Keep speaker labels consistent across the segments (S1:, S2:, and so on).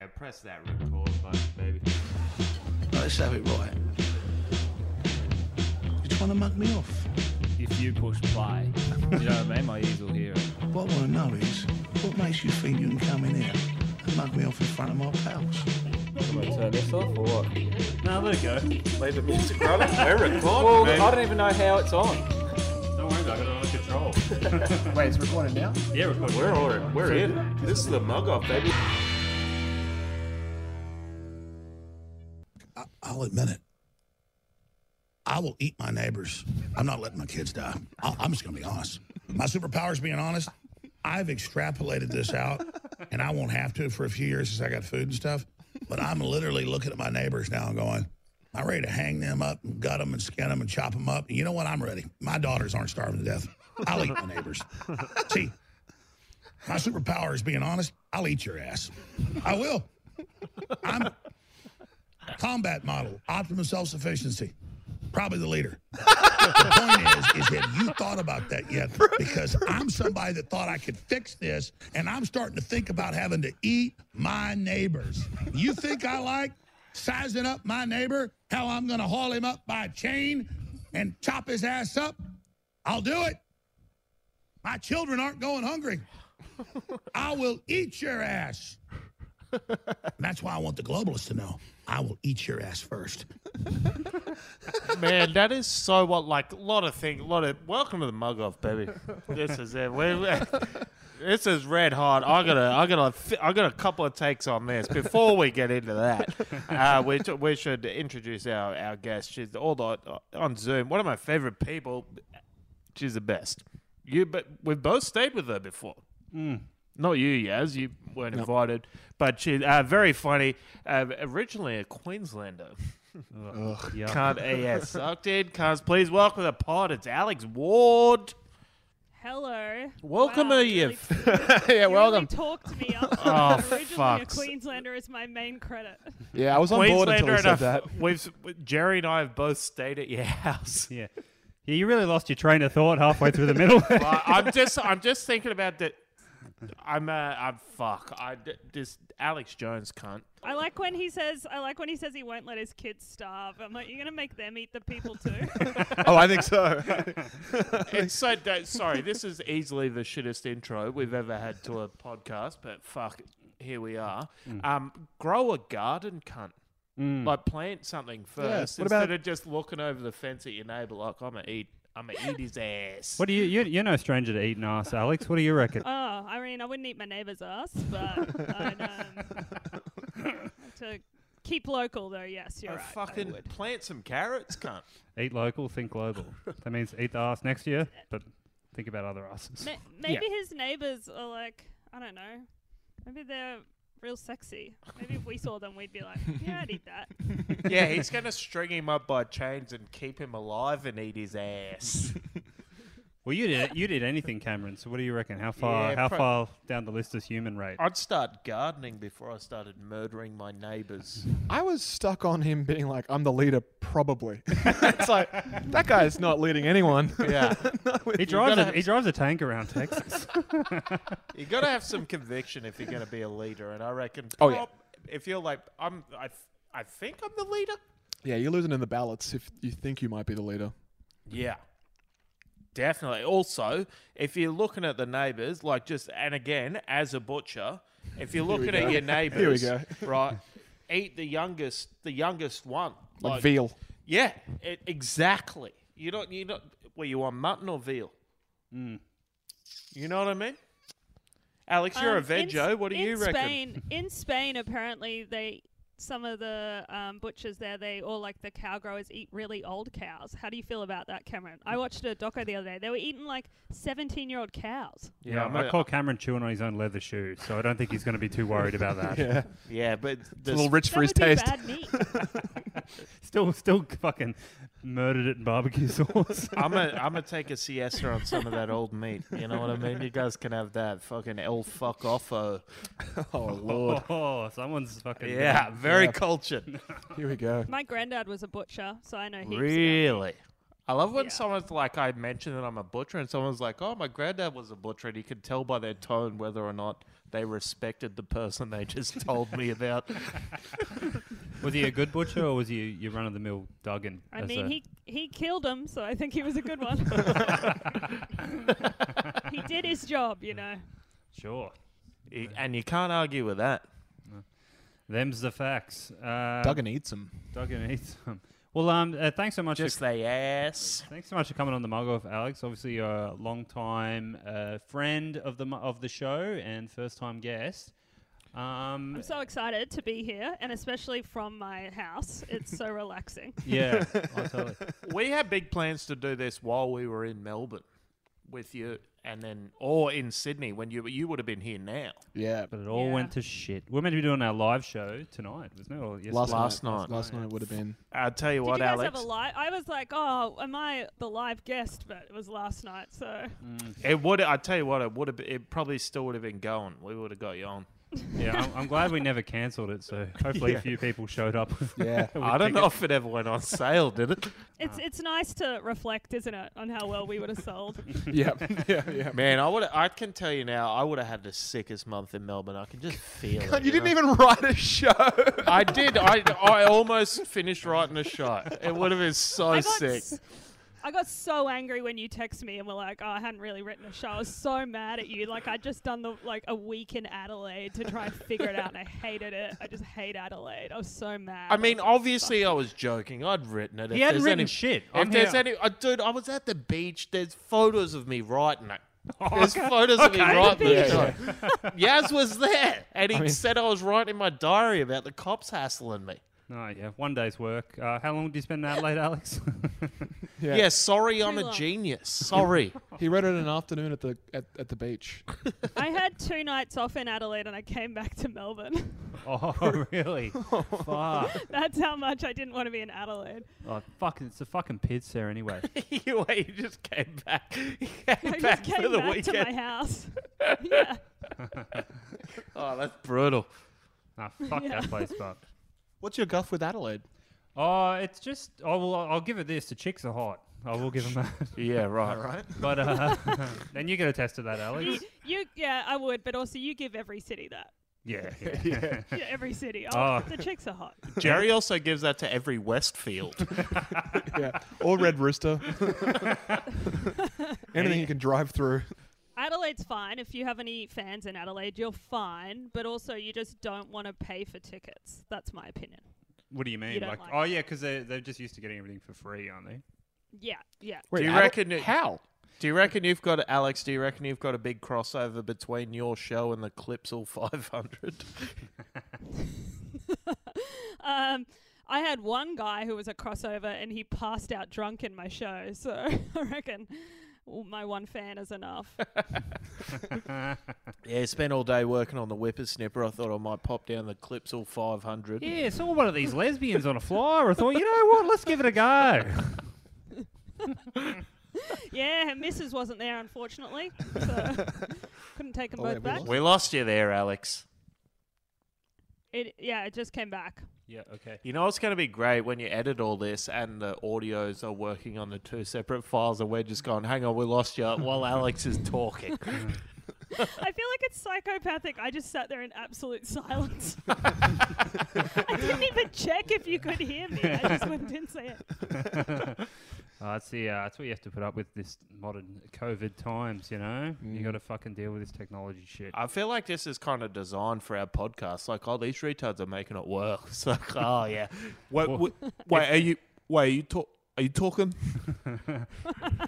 S1: Yeah, press that record button, baby.
S2: Let's have it right. You're trying to mug me off.
S3: if you push play, you know what I mean? My ears will hear it.
S2: What I want to know is, what makes you think you can come in here and mug me off in front of my pals?
S3: I'm gonna turn this off or what? No, let it go.
S4: Play the music rolling. We're recording.
S3: Well,
S4: man.
S3: I don't even know how it's on.
S1: Don't worry about it, I'm control.
S5: Wait, it's recorded now?
S1: yeah, record.
S4: We're on. We're in. This is the mug off, baby.
S2: I'll admit it. I will eat my neighbors. I'm not letting my kids die. I- I'm just going to be honest. My superpower is being honest. I've extrapolated this out, and I won't have to for a few years since I got food and stuff. But I'm literally looking at my neighbors now and going, I'm ready to hang them up and gut them and skin them and chop them up. And you know what? I'm ready. My daughters aren't starving to death. I'll eat my neighbors. See, my superpower is being honest. I'll eat your ass. I will. I'm combat model, optimum self sufficiency. Probably the leader. the point is, is have you thought about that yet? Because I'm somebody that thought I could fix this, and I'm starting to think about having to eat my neighbors. You think I like sizing up my neighbor? How I'm going to haul him up by a chain and chop his ass up? I'll do it. My children aren't going hungry. I will eat your ass. And that's why I want the globalists to know I will eat your ass first.
S6: Man, that is so what like a lot of things, lot of welcome to the mug off, baby. This is it. We're- we're- this is red hot. I got a, I got a, fi- I got a couple of takes on this. Before we get into that, uh, we t- we should introduce our our guest. She's all the uh, on Zoom. One of my favorite people. She's the best. You, but we've both stayed with her before. Not you, Yaz. You weren't invited, but she's uh, very funny. Uh, originally a Queenslander. Can't AS sucked in. Cuz, please welcome the pod. It's Alex Ward.
S7: Hello.
S6: Welcome
S7: wow,
S6: to
S7: you.
S6: you.
S7: Really,
S6: f-
S5: yeah,
S7: you
S5: welcome.
S7: Really talked me up.
S6: Oh,
S7: Originally,
S6: fucks.
S7: a Queenslander is my main credit.
S5: Yeah, I was on board until
S6: Queenslander
S5: he
S6: and
S5: said
S6: a,
S5: that.
S6: we've s- Jerry and I have both stayed at your house.
S8: Yeah. Yeah, you really lost your train of thought halfway through the middle.
S6: I- I'm just I'm just thinking about that. I'm uh, I'm fuck. I d- this Alex Jones cunt.
S7: I like when he says. I like when he says he won't let his kids starve. I'm like, you're gonna make them eat the people too.
S5: oh, I think so.
S6: It's so da- sorry. This is easily the shittest intro we've ever had to a podcast, but fuck, here we are. Um, grow a garden, cunt. Like plant something first
S5: what
S6: instead
S5: about-
S6: of just looking over the fence at your neighbour. Like I'm gonna eat, I'm gonna eat his ass.
S8: what do you, you? You're no stranger to eating ass, Alex. What do you reckon?
S7: oh, I mean, I wouldn't eat my neighbour's ass, but I'd, um, to keep local though. Yes, you're
S6: Oh,
S7: right. I
S6: fucking
S7: would.
S6: plant some carrots, cunt.
S8: Eat local, think global. That means eat the ass next year, but think about other asses.
S7: Ma- maybe his neighbours are like, I don't know. Maybe they're real sexy. Maybe if we saw them, we'd be like, yeah, I'd eat that.
S6: yeah, he's gonna string him up by chains and keep him alive and eat his ass.
S8: Well, you did you did anything, Cameron. So what do you reckon? How far?
S6: Yeah,
S8: how
S6: pro-
S8: far down the list is human
S3: Oh,
S8: rate?
S6: I'd start gardening before I started murdering my neighbours.
S5: I was stuck on him being like, I'm the leader, probably. it's like, that guy's not leading anyone.
S6: Yeah.
S8: he drives a,
S6: gotta-
S8: he drives a tank around Texas.
S6: You gotta have some conviction if you're gonna be a leader, and I reckon.
S5: Oh, yeah.
S6: If you're like, I'm, I, f- I think I'm the leader.
S5: yeah, you're losing in the ballots if you think you might be the leader.
S6: Yeah, definitely. Also, if you're looking at the neighbors, like just and again as a butcher, if you're looking at your neighbors,
S5: go.
S6: right, eat the youngest, the youngest one.
S5: Like, veal.
S6: Yeah, e- exactly. You don't, you don't. Well, you want mutton or veal?
S5: Hmm.
S6: You know what I mean? Alex, you're a
S7: Um, in
S6: veggie.
S7: S-
S6: What do you
S7: in
S6: reckon?
S7: Spain, in Spain, apparently they some of the um, butchers there, they or like the cow growers eat really old cows. How do you feel about that, Cameron? I watched a doco the other day. They were eating like seventeen-year-old cows.
S6: Yeah,
S8: Yeah,
S6: I'm
S8: I
S6: a-
S8: call Cameron chewing on his own leather shoes, so I don't think he's going to be too worried about that.
S5: Yeah.
S6: Yeah, but
S5: A
S6: the
S5: little rich
S7: That
S5: for his
S7: would be
S5: taste.
S7: bad meat.
S8: Still, still fucking murdered it in barbecue sauce.
S6: I'm gonna I'm gonna take a siesta on some of that old meat. You know what I mean? You guys can have that fucking el fuck offo.
S5: Oh, Lord.
S8: Oh, someone's fucking
S6: Yeah, very cultured.
S5: Here we go.
S7: My granddad was a butcher, so I know heaps. About.
S6: Really. I love when
S7: Yeah.
S6: someone's like, I mentioned that I'm a butcher, and someone's like, oh, my granddad was a butcher, and you can tell by their tone whether or not they respected the person they just told me about.
S8: Was he a good butcher or was he your run of the mill Duggan?
S7: I
S8: as
S7: mean,
S8: a-
S7: he he killed him, so I think he was a good one. he did his job, you know.
S8: Sure.
S6: Y- and you can't argue with that.
S8: Them's the facts. Uh,
S5: Duggan eats him.
S8: Duggan eats them. Well, um, uh, thanks so much.
S6: Just
S8: for,
S6: they ass.
S8: thanks so much for coming on the Mug Off, Alex. Obviously, you're a long time uh, friend of the mu- of the show and first time guest. Um,
S7: I'm so excited to be here, and especially from my house. It's so relaxing.
S8: yeah, I totally.
S6: We had big plans to do this while we were in Melbourne with you, and then or in Sydney when you you would have been here now.
S5: Yeah.
S8: But it all
S7: Yeah.
S8: went to shit. We're meant to be doing our live show tonight, wasn't it? Or yesterday?
S5: Last,
S6: Last
S5: night,
S6: night.
S5: Last night would have been.
S6: I'll tell you
S7: Did
S6: what,
S7: you guys
S6: Alex.
S7: have a live? I was like, oh, am I the live guest? But it was last night, so
S6: It would. I tell you what, it would have. been- It probably still would have been going. We would have got you on.
S8: Yeah, I'm, I'm glad we never cancelled it. So hopefully a few people showed up.
S5: Yeah.
S8: with
S6: I don't know
S8: tickets.
S6: if it ever went on sale, did it?
S7: it's it's nice to reflect, isn't it, on how well we would have sold.
S5: yeah. Yeah. Yeah.
S6: Man, I would. I can tell you now. I would have had the sickest month in Melbourne. I can just feel it.
S5: You didn't
S6: know?
S5: even write a show.
S6: I did. I I almost finished writing a shot. It would have been so
S7: I got
S6: Oh, sick.
S7: s- I got so angry when you text me and were like, "Oh, I hadn't really written a show." I was so mad at you. Like I'd just done the like a week in Adelaide to try and figure it out, and I hated it. I just hate Adelaide. I was so mad.
S6: I mean,
S7: was like,
S6: obviously, I was joking. I'd written it.
S8: He
S6: If
S8: hadn't
S6: there's
S8: written
S6: any-
S8: shit.
S6: If
S8: I'm
S6: there's
S8: here.
S6: any, uh, dude, I was at the beach. There's photos of me writing it. There's photos of me
S8: Okay.
S6: writing
S5: Yeah,
S6: the show. Yaz was there, and he said I was writing my diary about the cops hassling me.
S8: No, Oh, yeah, one day's work. Uh, how long did you spend in Adelaide, Alex?
S5: Yeah.
S6: Yeah, sorry, I'm
S7: Too
S6: a
S7: long.
S6: genius. Sorry.
S5: He read it in an afternoon at the at, at the beach.
S7: I had two nights off in Adelaide, and I came back to Melbourne.
S8: oh, really? Fuck.
S7: That's how much I didn't want to be in Adelaide.
S8: Oh, fuck, it's a fucking pizza there anyway.
S6: you, he just came back. He came
S7: I
S6: back
S7: just came
S6: for the
S7: back to my
S6: weekend.
S7: house. yeah.
S6: oh, that's brutal.
S8: nah, fuck
S7: Yeah.
S8: that place, fuck.
S5: What's your guff with Adelaide?
S8: Oh, it's just. I will. I'll give it this. The chicks are hot. I will give them that.
S6: Yeah, right.
S8: But uh, then you get a test of that, Alex.
S7: You, yeah, I would, but also you give every city that.
S8: Yeah. yeah.
S7: Yeah, every city. Oh,
S8: Oh.
S7: the chicks are hot.
S6: Jerry also gives that to every Westfield.
S5: Yeah. Or Red Rooster. Anything you can drive through.
S7: Adelaide's fine. If you have any fans in Adelaide, you're fine. But also, you just don't want to pay for tickets. That's my opinion.
S8: what do you mean?
S7: don't
S8: like,
S7: like
S8: oh yeah, because they they're just used to getting everything for free, aren't they?
S7: Yeah, yeah.
S5: Wait,
S6: you
S5: Adel-
S6: reckon it-
S5: how?
S6: Do you reckon you've got Alex? Do you reckon you've got a big crossover between your show and the Clipsal 500?
S7: Um, I had one guy who was a crossover, and he passed out drunk in my show. So I reckon w- my one fan is enough.
S6: yeah, spent all day working on the whippersnipper. I thought I might pop down the Clipsal 500.
S8: Yeah, saw one of these lesbians on a flyer. I thought, you know what? Let's give it a go.
S7: yeah, her missus wasn't there, unfortunately. So couldn't take them both
S5: Oh, wait, we
S7: back.
S5: lost?
S6: We lost you there, Alex.
S7: It, yeah, it just came back.
S8: yeah. Okay.
S6: You know it's going to be great when you edit all this and the audios are working on the two separate files, and we're just going, "Hang on, we lost you," while Alex is talking.
S7: I feel like it's psychopathic. I just sat there in absolute silence. I didn't even check if you could hear me. I just went and say it.
S8: Uh, that's the uh, that's what you have to put up with this modern COVID times. You know,
S6: Mm.
S8: you got to fucking deal with this technology shit.
S6: I feel like this is kind of designed for our podcast. Like, oh, these retards are making it work. It's like, oh yeah. Wait, wait, wait are you? Wait, are you talk? Are you talking?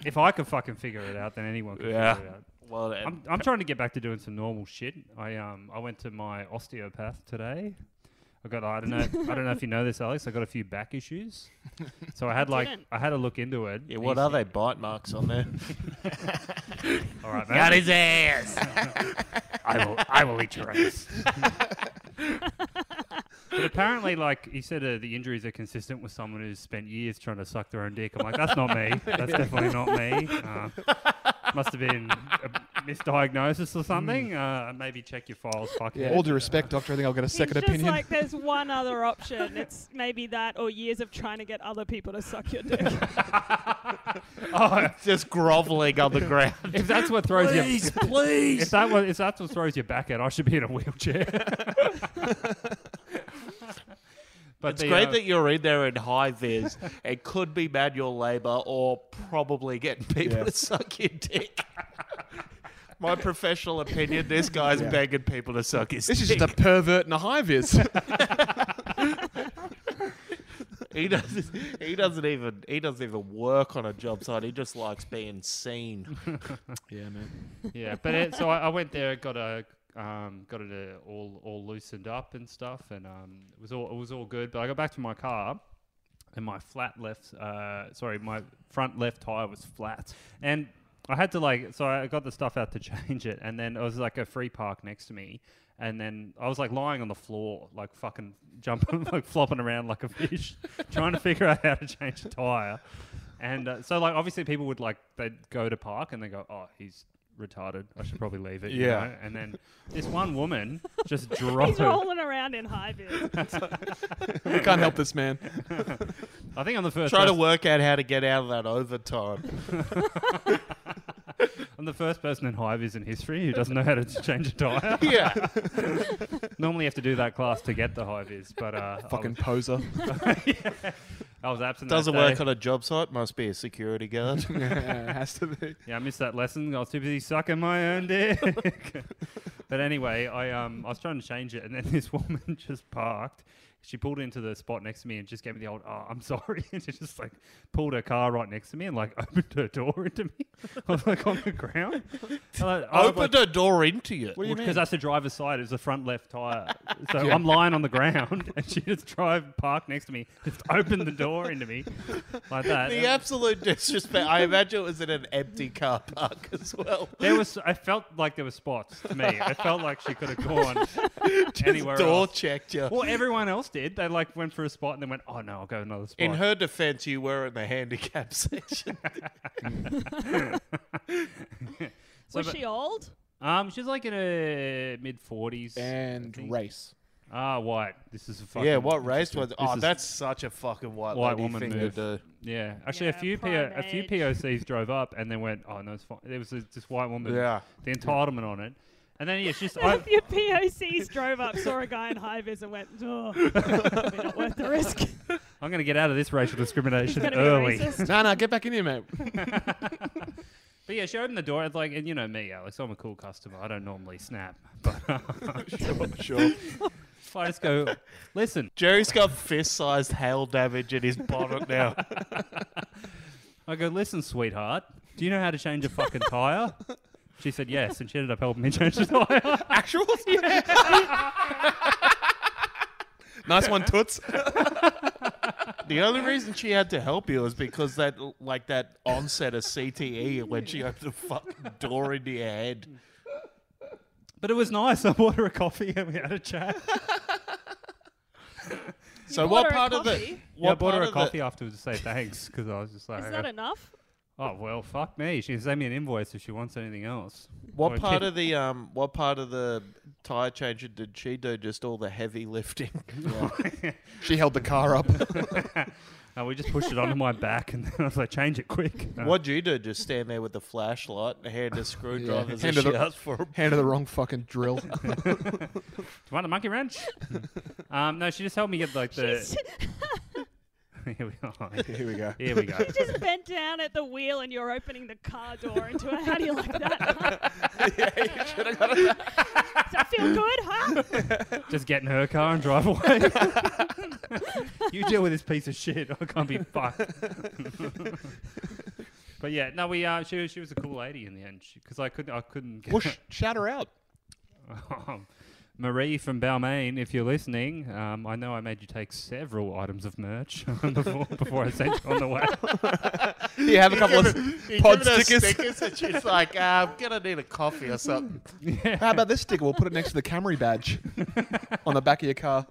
S8: if I could fucking figure it out, then anyone could
S6: Yeah.
S8: figure it out.
S6: Well, uh,
S8: I'm, I'm trying to get back to doing some normal shit. I um I went to my osteopath today. I got I don't know I don't know if you know this, Alex. I got a few back issues, so I had like
S7: didn't.
S8: I had a look into it.
S6: yeah,
S8: and
S6: what
S8: he
S6: are
S8: said-
S6: they? Bite marks on there?
S8: All right,
S6: Got
S8: mate.
S6: his ass.
S8: I will I will eat your ass. but apparently, like he said, uh, the injuries are consistent with someone who's spent years trying to suck their own dick. I'm like, that's not me. That's definitely not me. Uh, must have been a misdiagnosis or something, uh, maybe check your files. Fuck
S5: Yeah, all due respect, doctor, I think I'll get a second
S7: it's just
S5: opinion.
S7: like there's one other option. It's maybe that or years of trying to get other people to suck your dick.
S6: Oh, just groveling on the ground.
S8: If that's what throws you,
S2: Please, please.
S8: if that was, if that's what throws your back out, I should be in a wheelchair. but
S6: It's
S8: the,
S6: great
S8: uh,
S6: that you're in there in high vis and could be manual labor or probably getting people to suck your dick. My professional opinion, this guy's
S5: Yeah.
S6: begging people to suck his
S5: this is
S6: dick.
S5: just a pervert in a high vis.
S6: he doesn't he doesn't even he doesn't even work on a job site. He just likes being seen.
S5: yeah, man.
S8: yeah, but it, so I, I went there, got a um, got it uh, all all loosened up and stuff, and um, it was all it was all good. But I got back to my car, and my flat left, uh, sorry, my front left tire was flat, and I had to like, so I got the stuff out to change it, and then it was like a free park next to me. And then I was like lying on the floor, like fucking jumping, like flopping around like a fish, trying to figure out how to change a tire. And uh, so, like, obviously, people would like they'd go to park and they go, "Oh, he's retarded. I should probably leave it." you
S5: Yeah.
S8: know? And then this one woman just
S7: He's
S8: dropped. her-
S7: rolling around in high vis.
S5: We can't help this man.
S8: I think I'm the first.
S6: Trying to
S8: person-
S6: work out how to get out of that overtime.
S8: I'm the first person in high vis in history who doesn't know how to change a tire.
S6: Yeah.
S8: Normally, you have to do that class to get the high vis, but uh,
S5: Fucking poser.
S8: I was, I was absent. that
S6: Doesn't work
S8: day.
S6: on a job site, must be a security guard.
S5: yeah, it has to be.
S8: Yeah, I missed that lesson. I was too busy sucking my own dick. but anyway, I um I was trying to change it, and then this woman just parked. She pulled into the spot next to me and just gave me the old "Oh, I'm sorry," and she just like pulled her car right next to me and like opened her door into me. I was like on the ground. And, like, I was, like,
S6: Opened a door into you.
S5: do you
S8: because
S5: mean?
S8: that's the driver's side. It was the front left tire. So I'm lying on the ground, and she just drive parked next to me, just opened the door into me like that.
S6: The
S8: And
S6: absolute disrespect. I imagine it was in an empty car park as well.
S8: There was. I felt like there were spots to me. I felt like she could have gone anywhere
S6: Door
S8: else.
S6: checked you.
S8: Well, everyone else did. They like went for a spot and then went, "Oh no, I'll go another spot."
S6: In her defense, you were in the handicap section.
S8: So,
S7: Was
S8: but-
S7: she old?
S8: um, she's like in her mid forties.
S5: And race.
S8: Ah, white. This is a fucking
S6: yeah, what race was? Oh,
S8: is-
S6: that's such a fucking white,
S8: White
S6: lady
S8: woman
S6: thing
S8: move.
S6: to do.
S8: Yeah, actually, a
S7: Yeah,
S8: few PO,
S7: prime
S8: a few
S7: age.
S8: POCs drove up and then went, "Oh no, it's fine." There was this, this white woman.
S6: Yeah.
S8: The entitlement on it, and then yeah, she's. I,
S7: If your POCs drove up, saw a guy in high vis, and went, oh, probably not worth the risk.
S8: I'm going to get out of this racial discrimination
S7: Gonna be
S8: early.
S7: racist.
S5: No, no, get back in here, mate.
S8: But yeah, she opened the door. It's like, and you know me, Alex. I'm a cool customer. I don't normally snap, but uh,
S5: Sure.
S8: if I just go, listen.
S6: Jerry's got fist-sized hail damage in his bonnet now.
S8: I go, listen, sweetheart. Do you know how to change a fucking tire? She said yes, and she ended up helping me change the tire.
S5: Actuals? nice one, Toots.
S6: the only reason she had to help you is because that, like that onset of CTE when she opened the fucking door into your head.
S8: But it was nice. I bought her a coffee and we had a chat.
S6: So
S7: bought
S6: what
S7: her a
S6: part of the?
S7: coffee?
S8: Yeah, I
S6: What
S8: bought her
S6: part
S8: a
S6: of
S8: coffee
S6: the-
S8: afterwards to say thanks because I was just like,
S7: Is that enough?
S8: oh well, fuck me. She can send me an invoice if she wants anything else. Or
S6: What
S8: a
S6: part
S8: kid-
S6: of the um? What part of the tire changer did she do? Just all the heavy lifting.
S5: Uh. She held the car up.
S8: No, we just pushed it onto my back, and then I was like, change it quick. No.
S6: What'd you do? Just stand there with the flashlight and hand a screwdriver as
S5: Handed
S6: she
S5: a-
S6: asked for 'em?
S5: Hand her the wrong fucking drill.
S8: Do you want a monkey wrench? um, no, she just helped me get like the.
S7: She's
S8: Here we are.
S5: Here we go.
S8: Here we go.
S7: just bent down at the wheel, and you're opening the car door into it. How do you like that? Does that feel good, huh?
S8: Just get in her car and drive away. you deal with this piece of shit. I can't be fucked. but yeah, no, we uh, she she was a cool lady in the end because I couldn't I couldn't get Um,
S5: Well, sh- shout her out.
S8: Marie from Balmain. If you're listening, um, I know I made you take several items of merch before before I sent you on the way.
S5: Here, have a couple of pod stickers.
S6: and she's like, uh, I'm gonna need a coffee or something.
S5: How about this sticker? We'll put it next to the Camry badge on the back of your car.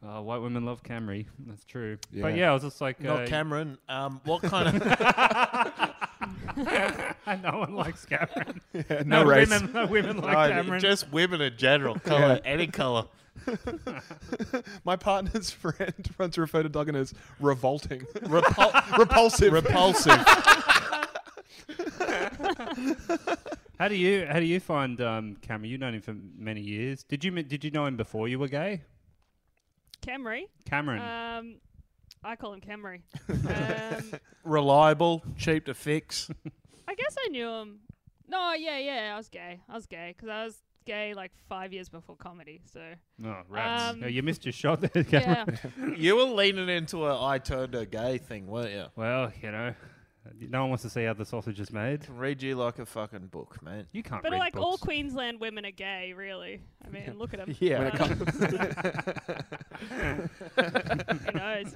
S8: Uh, white women love Camry. That's true. But
S5: Yeah.
S8: yeah, I was just like, uh,
S6: Not Cameron. Um, what kind of
S8: and no one likes Cameron.
S5: Yeah, no, race.
S8: Women, no women like
S5: No,
S8: Cameron.
S6: Just women in general, color, any color.
S5: My partner's friend wants to refer to Duggan as revolting,
S6: Repul-
S5: repulsive.
S6: repulsive.
S8: How do you how do you find um, Cameron? You've known him for many years. Did you did you know him before you were gay,
S7: Camry.
S8: Cameron?
S5: Mm.
S7: Um, I call him Camry. Um,
S6: Reliable, cheap to fix.
S7: I guess I knew him. No, yeah, yeah, I was gay. I was gay because I was gay like five years before comedy. So
S8: oh, rats!
S7: um,
S8: no, you missed your shot there, Cameron.
S7: yeah,
S6: you were leaning into a I turned a gay thing, weren't you?
S8: Well, you know, no one wants to see how the sausage is made.
S6: Can read you like a fucking book, man.
S8: You can't
S7: but
S8: read
S7: like
S8: books.
S7: all Queensland women are gay, really. I mean, look at Uh, them.
S5: When it comes-
S7: who knows?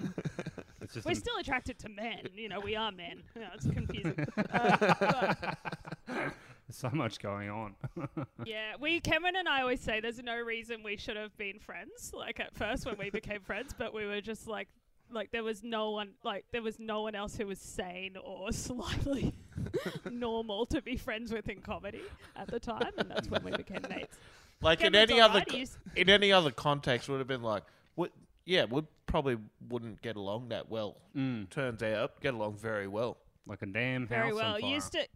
S8: It's just
S7: We're
S8: an-
S7: still attracted to men. You know, we are men. You know, it's confusing. Uh, but,
S8: there's so much going on.
S7: yeah, we Cameron and I always say there's no reason we should have been friends. Like at first when we became friends, but we were just like, like there was no one, like there was no one else who was sane or slightly normal to be friends with in comedy at the time, and that's when we became mates.
S6: Like in
S7: Cameron's
S6: any
S7: all
S6: other
S7: right,
S6: co-
S7: he's-
S6: in any other context, would have been like, what? Yeah, we probably wouldn't get along that well.
S8: Mm,
S6: Turns out, get along very well.
S8: like a damn house
S7: Very well.
S8: on fire.
S7: Used to.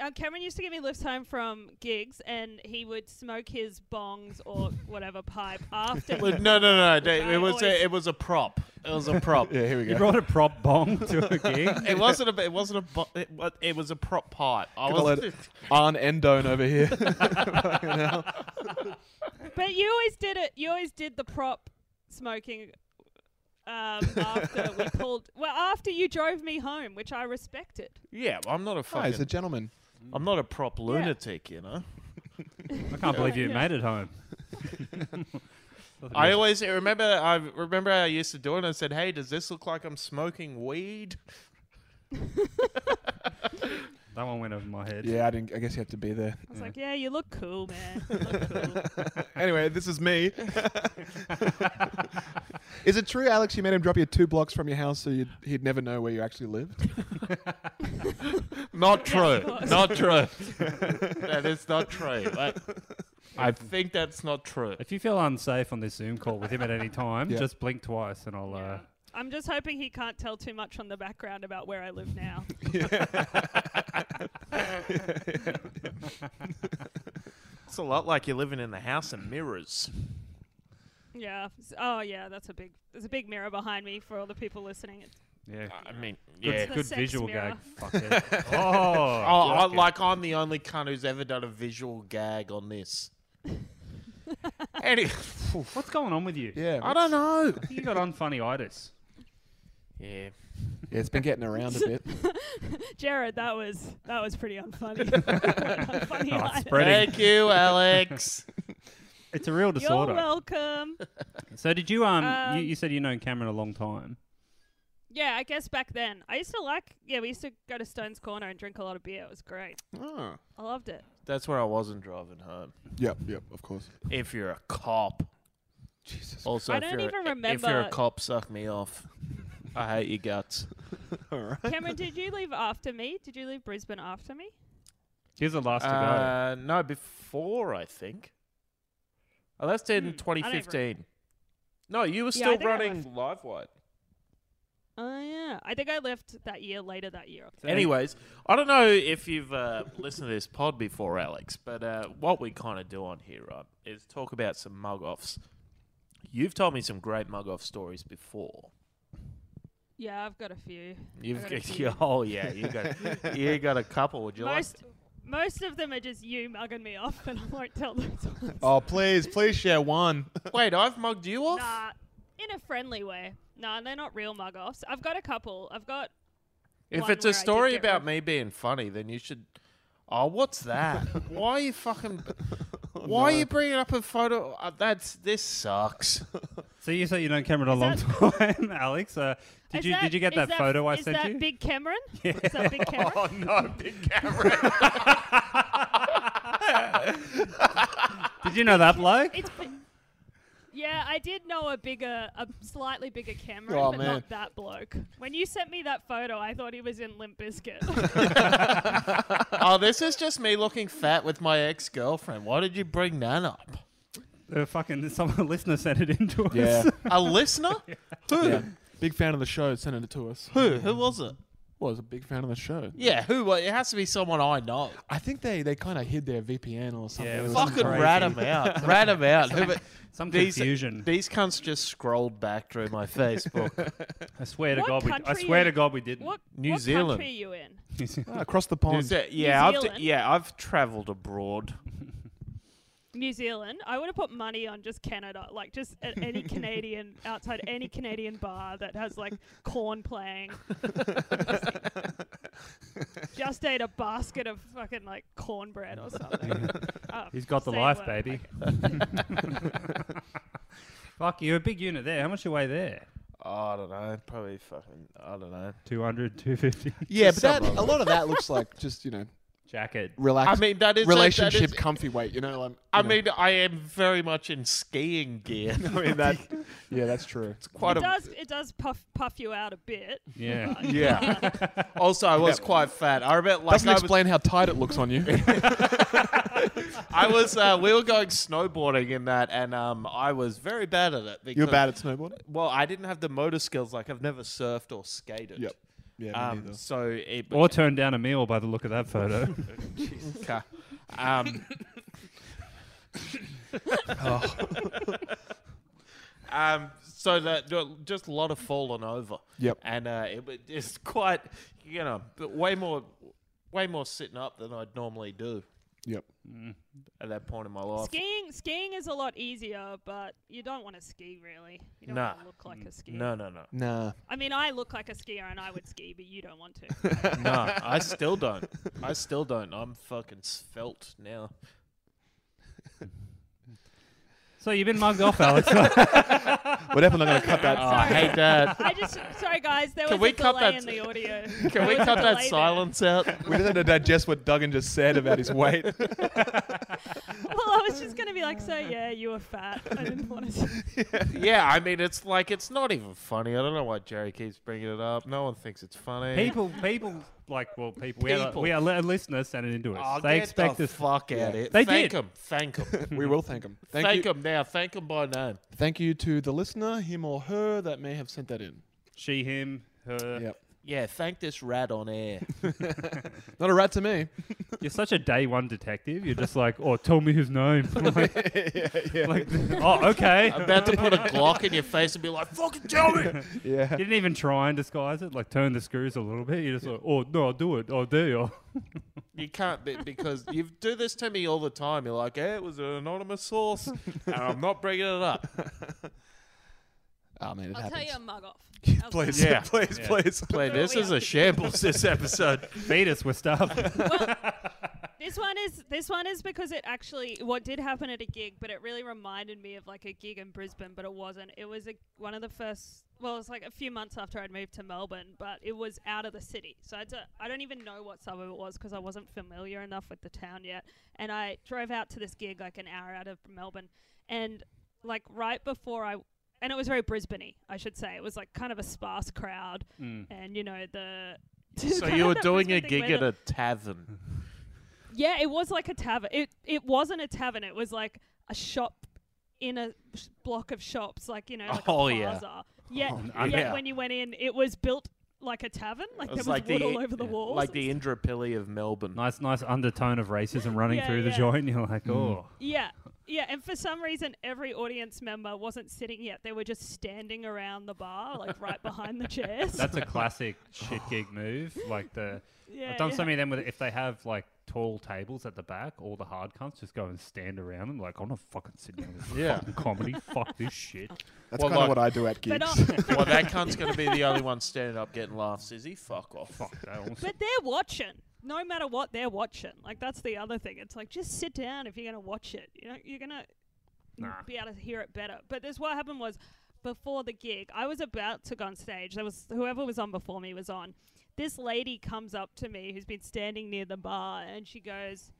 S7: Uh, Cameron used to give me lifts home from gigs, and he would smoke his bongs or whatever pipe after.
S6: Well,
S7: he-
S6: no, no, no. They,
S7: I
S6: it was
S7: always-
S6: a, it was a prop. It was a prop.
S5: yeah, here we
S8: You
S5: go.
S8: brought a prop bong to a gig.
S6: It wasn't a. It wasn't a. bo- It, wa- it was a prop pipe. I
S5: Gotta
S6: was.
S5: let Arn Endone over here.
S7: But you always did it. You always did the prop smoking. Um, after we pulled, well, after you drove me home, which I respected.
S6: Yeah, I'm not a
S5: Hi,
S6: fucking.
S5: he's a gentleman.
S6: I'm not a prop lunatic, you know.
S8: I can't believe you
S7: Yeah.
S8: made it home.
S6: I always remember. I remember I used to do it. and I said, "Hey, does this look like I'm smoking weed?"
S8: that one went over my head.
S5: Yeah, I didn't. I guess you have to be there.
S7: I was like, yeah, you look cool, man. You look cool.
S5: anyway, this is me. is it true, Alex? You made him drop you two blocks from your house so you'd, he'd never know where you actually lived.
S6: Not
S7: Yeah,
S6: true.
S7: of course.
S6: not true. that is not true. I, I think that's not true.
S8: If you feel unsafe on this Zoom call with him at any time,
S5: Yeah.
S8: just blink twice and I'll. Uh,
S7: I'm just hoping he can't tell too much on the background about where I live now.
S6: It's a lot like you're living in the house of mirrors.
S7: Yeah. S- Oh, yeah. That's a big. There's a big mirror behind me for all the people listening. It's
S8: yeah.
S6: I mean,
S8: Good,
S6: yeah.
S7: The
S8: good
S7: sex
S8: visual
S7: mirror.
S8: gag. Fuck it. oh,
S6: Oh, I,
S8: fuck it.
S6: like I'm the only cunt who's ever done a visual gag on this. Any,
S8: What's going on with you?
S5: Yeah,
S6: I don't know.
S8: I think you got unfunny itis.
S6: Yeah.
S5: Yeah, it's been getting around a bit.
S7: Jared, that was that was pretty unfunny. Unfunny
S8: Oh,
S7: line.
S8: spreading.
S6: Thank you, Alex.
S8: It's a real
S7: You're
S8: disorder.
S7: welcome.
S8: So did you um,
S7: Um,
S8: you, you said you known Cameron a long time.
S7: Yeah, I guess back then I used to like. Yeah, we used to go to Stone's Corner and drink a lot of beer. It was great.
S5: oh.
S7: I loved it.
S6: That's where I wasn't driving home.
S5: Yep, yep, of course.
S6: If you're a cop.
S5: Jesus.
S6: Also,
S7: I
S6: if
S7: don't
S6: you're,
S7: even
S6: a, If you're a
S7: remember-
S6: cop, suck me off. I hate your guts.
S5: All right.
S7: Cameron, did you leave after me? Did you leave Brisbane after me?
S8: Here's the last to
S6: Uh, no, before I think. Oh, that's in
S7: Hmm, I don't even-
S6: 2015. No, you were
S7: Yeah, I
S6: still
S7: think I
S6: running live wire.
S7: Oh yeah, I think I left that year. Later that year.
S8: go.
S6: Anyways, I don't know if you've uh, listened to this pod before, Alex, but uh, what we kind of do on here, right, is talk about some mug offs. You've told me some great mug off stories before.
S7: Yeah, I've got a few.
S6: You've
S7: got a
S6: got,
S7: few.
S6: oh yeah, you got you got a couple. Would you
S7: most most of them are just you mugging me off, and I won't tell those ones.
S5: Oh, please, please share one.
S6: like? Wait, I've mugged you off.
S7: Nah, in a friendly way. Nah, they're not real mug offs. I've got a couple. I've got.
S6: If
S7: one
S6: it's
S7: where
S6: a
S7: I did
S6: story
S7: get
S6: about
S7: robbed.
S6: me being funny, then you should. Oh, what's that? Why are you fucking? Why are you bringing up a photo? Uh, that's this sucks.
S8: So you said you known Cameron a long
S7: Is
S8: time, Alex. Uh, did
S7: Is
S8: you did you get
S7: is
S8: that, photo I
S7: is
S8: sent
S7: that
S8: you? Oh,
S7: Big Cameron? Is that Big Cameron?
S6: no, big camera.
S8: did you know that bloke?
S7: It's bi- Yeah, I did know a bigger, a slightly bigger Cameron,
S5: Oh,
S7: but
S5: man.
S7: not that bloke. When you sent me that photo, I thought he was in Limp Bizkit.
S6: oh, this is just me looking fat with my ex girlfriend. Why did you bring that up?
S8: The fucking some listener sent it into us.
S5: Yeah.
S6: A listener? Who?
S5: yeah. Big fan of the show, sending it to us.
S6: Who? Who was it?
S5: Was a big fan of the show.
S6: Yeah, who? Well, it has to be someone I know.
S5: I think they, they kind of hid their VPN or something.
S8: Yeah, it was
S5: Some
S6: Fucking
S5: crazy-
S6: rat them out. rat them out. Who,
S8: Some
S6: These-
S8: confusion.
S6: these cunts just scrolled back through my Facebook.
S8: I swear to
S7: What
S8: God, we, I
S7: country
S8: swear
S7: are-
S8: to God, we didn't.
S7: what
S6: New
S7: what
S6: Zealand.
S7: country are you in?
S5: Ah, across the
S6: Is
S5: pond.
S6: it- yeah, I've d-
S7: Zealand.
S6: yeah, I've travelled abroad.
S7: New Zealand. I would have put money on just Canada, like just at any Canadian outside any Canadian bar that has like corn playing. just ate a basket of fucking like cornbread or something. Oh,
S8: He's got the
S7: same
S8: life,
S7: word.
S8: baby. Fuck, you're a big unit there. How much you weigh there?
S4: I don't know. Probably fucking. I don't know.
S8: 200, 250.
S5: Yeah, but that, a lot of that looks like just, you know,
S8: Jacket.
S5: relaxed.
S6: I mean, that is a- that
S5: relationship
S6: is-
S5: comfy weight, you know? Like,
S6: I
S5: you know.
S6: mean, I am very much in skiing gear. I mean, that's
S5: Yeah, that's true.
S6: quite
S7: It
S6: a.
S7: does it does puff puff you out a bit.
S8: Yeah.
S6: Yeah. also, I was quite fat. I remember, like,
S5: Doesn't
S6: I was,
S5: explain how tight it looks on you.
S6: I was uh, we were going snowboarding in that, and um, I was very bad at it. Because,
S5: You're bad at snowboarding.
S6: Well, I didn't have the motor skills. Like, I've never surfed or skated.
S5: Yep. Yeah, me
S6: Um,
S5: neither.
S6: so it.
S8: Or turn down a meal by the look of that photo.
S6: Okay. Um, um, so that ju- just a lot of falling over.
S5: Yep.
S6: And uh, it was just quite, you know, but way more, way more sitting up than I'd normally do
S5: Yep.
S6: at that point in my life.
S7: Skiing skiing is a lot easier, but you don't want to ski really. You don't
S6: Nah.
S7: want to look like a skier.
S6: No, no, no,
S5: Nah.
S7: I mean, I look like a skier and I would ski, but you don't want to.
S6: no. I still don't. I still don't. I'm fucking svelte now.
S8: so you've been mugged off, Alex.
S5: We're definitely not going to cut that.
S6: Oh, I hate that.
S7: I just sorry guys, there
S6: Can
S7: was
S6: we
S7: a
S6: cut
S7: delay
S6: that-
S7: in the audio.
S6: Can we cut that silence out?
S5: We just had to digest what Duggan just said about his weight.
S7: Well, I was just gonna be like, so yeah, you were fat. I didn't want to.
S6: Yeah, I mean, it's like it's not even funny. I don't know why Jerry keeps bringing it up. No one thinks it's funny.
S8: people, people, like, well, people. We are,
S6: People.
S8: we are li- listeners sent it into us.
S6: Oh,
S8: they
S6: get
S8: expect
S6: the
S8: us.
S6: fuck out here.
S8: They
S6: thank
S8: did.
S6: him. Thank him.
S5: we will thank him. Thank,
S6: thank
S5: you.
S6: him now. Thank him by name.
S5: Thank you to the listener, him or her, that may have sent that in.
S8: she, him, her.
S5: Yep.
S6: Yeah, thank this rat on air.
S5: Not a rat to me.
S8: You're such a day one detective. You're just like, oh, tell me his name. like, like, oh, okay.
S6: I'm about to put a Glock in your face and be like, "Fucking tell me."
S5: Yeah.
S8: You didn't even try and disguise it, like turn the screws a little bit. You're just like, oh, no, I'll do it. I'll do you.
S6: You can't be, because you do this to me all the time. You're like, "Hey, it was an anonymous source, and I'm not bringing it up."
S5: Oh, man, it
S7: I'll
S5: happens.
S7: tell you a mug off.
S5: please,
S6: Yeah.
S5: please, please.
S6: Play. This is a shambles. This episode.
S8: Feed us with stuff.
S7: This one is this one is because it actually what did happen at a gig, but it really reminded me of like a gig in Brisbane, but it wasn't. It was a, one of the first. Well, it was like a few months after I'd moved to Melbourne, but it was out of the city. So I, had to, I don't even know what suburb it was because I wasn't familiar enough with the town yet. And I drove out to this gig like an hour out of Melbourne, and like right before I and it was very Brisbane-y, I should say. It was like kind of a sparse crowd, and you know the.
S6: Mm. So you were doing a gig at a tavern.
S7: Yeah, it was like a tavern. It it wasn't a tavern. It was like a shop in a sh- block of shops, like you know, like
S6: Oh,
S7: a
S6: yeah.
S7: plaza. Yet,
S6: I
S7: yet
S6: know.
S7: when you went in, it was built like a tavern.
S6: It
S7: Like there was
S6: was like
S7: wood
S6: the
S7: all over the walls.
S6: like the Indrapilli of Melbourne.
S8: nice, nice undertone of racism running
S7: Yeah,
S8: through the
S7: yeah.
S8: joint. You're like, oh,
S7: yeah, yeah. And for some reason, every audience member wasn't sitting yet. They were just standing around the bar, like right behind the chairs.
S8: that's a classic shit gig move. Like the,
S7: yeah,
S8: I've done
S7: yeah.
S8: so many of them with if they have like tall tables at the back, all the hard cunts just go and stand around them. Like, I'm not fucking sitting down. This is
S6: Yeah.
S8: fucking comedy. Fuck this shit.
S5: That's
S6: Well,
S5: kind of
S6: look.
S5: what I do at gigs.
S7: But, uh,
S6: well, that cunt's going to be the only one standing up getting laughs, is he? Fuck off.
S8: Fuck that. I'll sit
S7: but they're watching. No matter what, they're watching. Like that's the other thing. It's like just sit down if you're gonna watch it. You know, you're gonna
S8: Nah.
S7: be able to hear it better. But this what happened was before the gig, I was about to go on stage. There was whoever was on before me was on. This lady comes up to me who's been standing near the bar and she goes,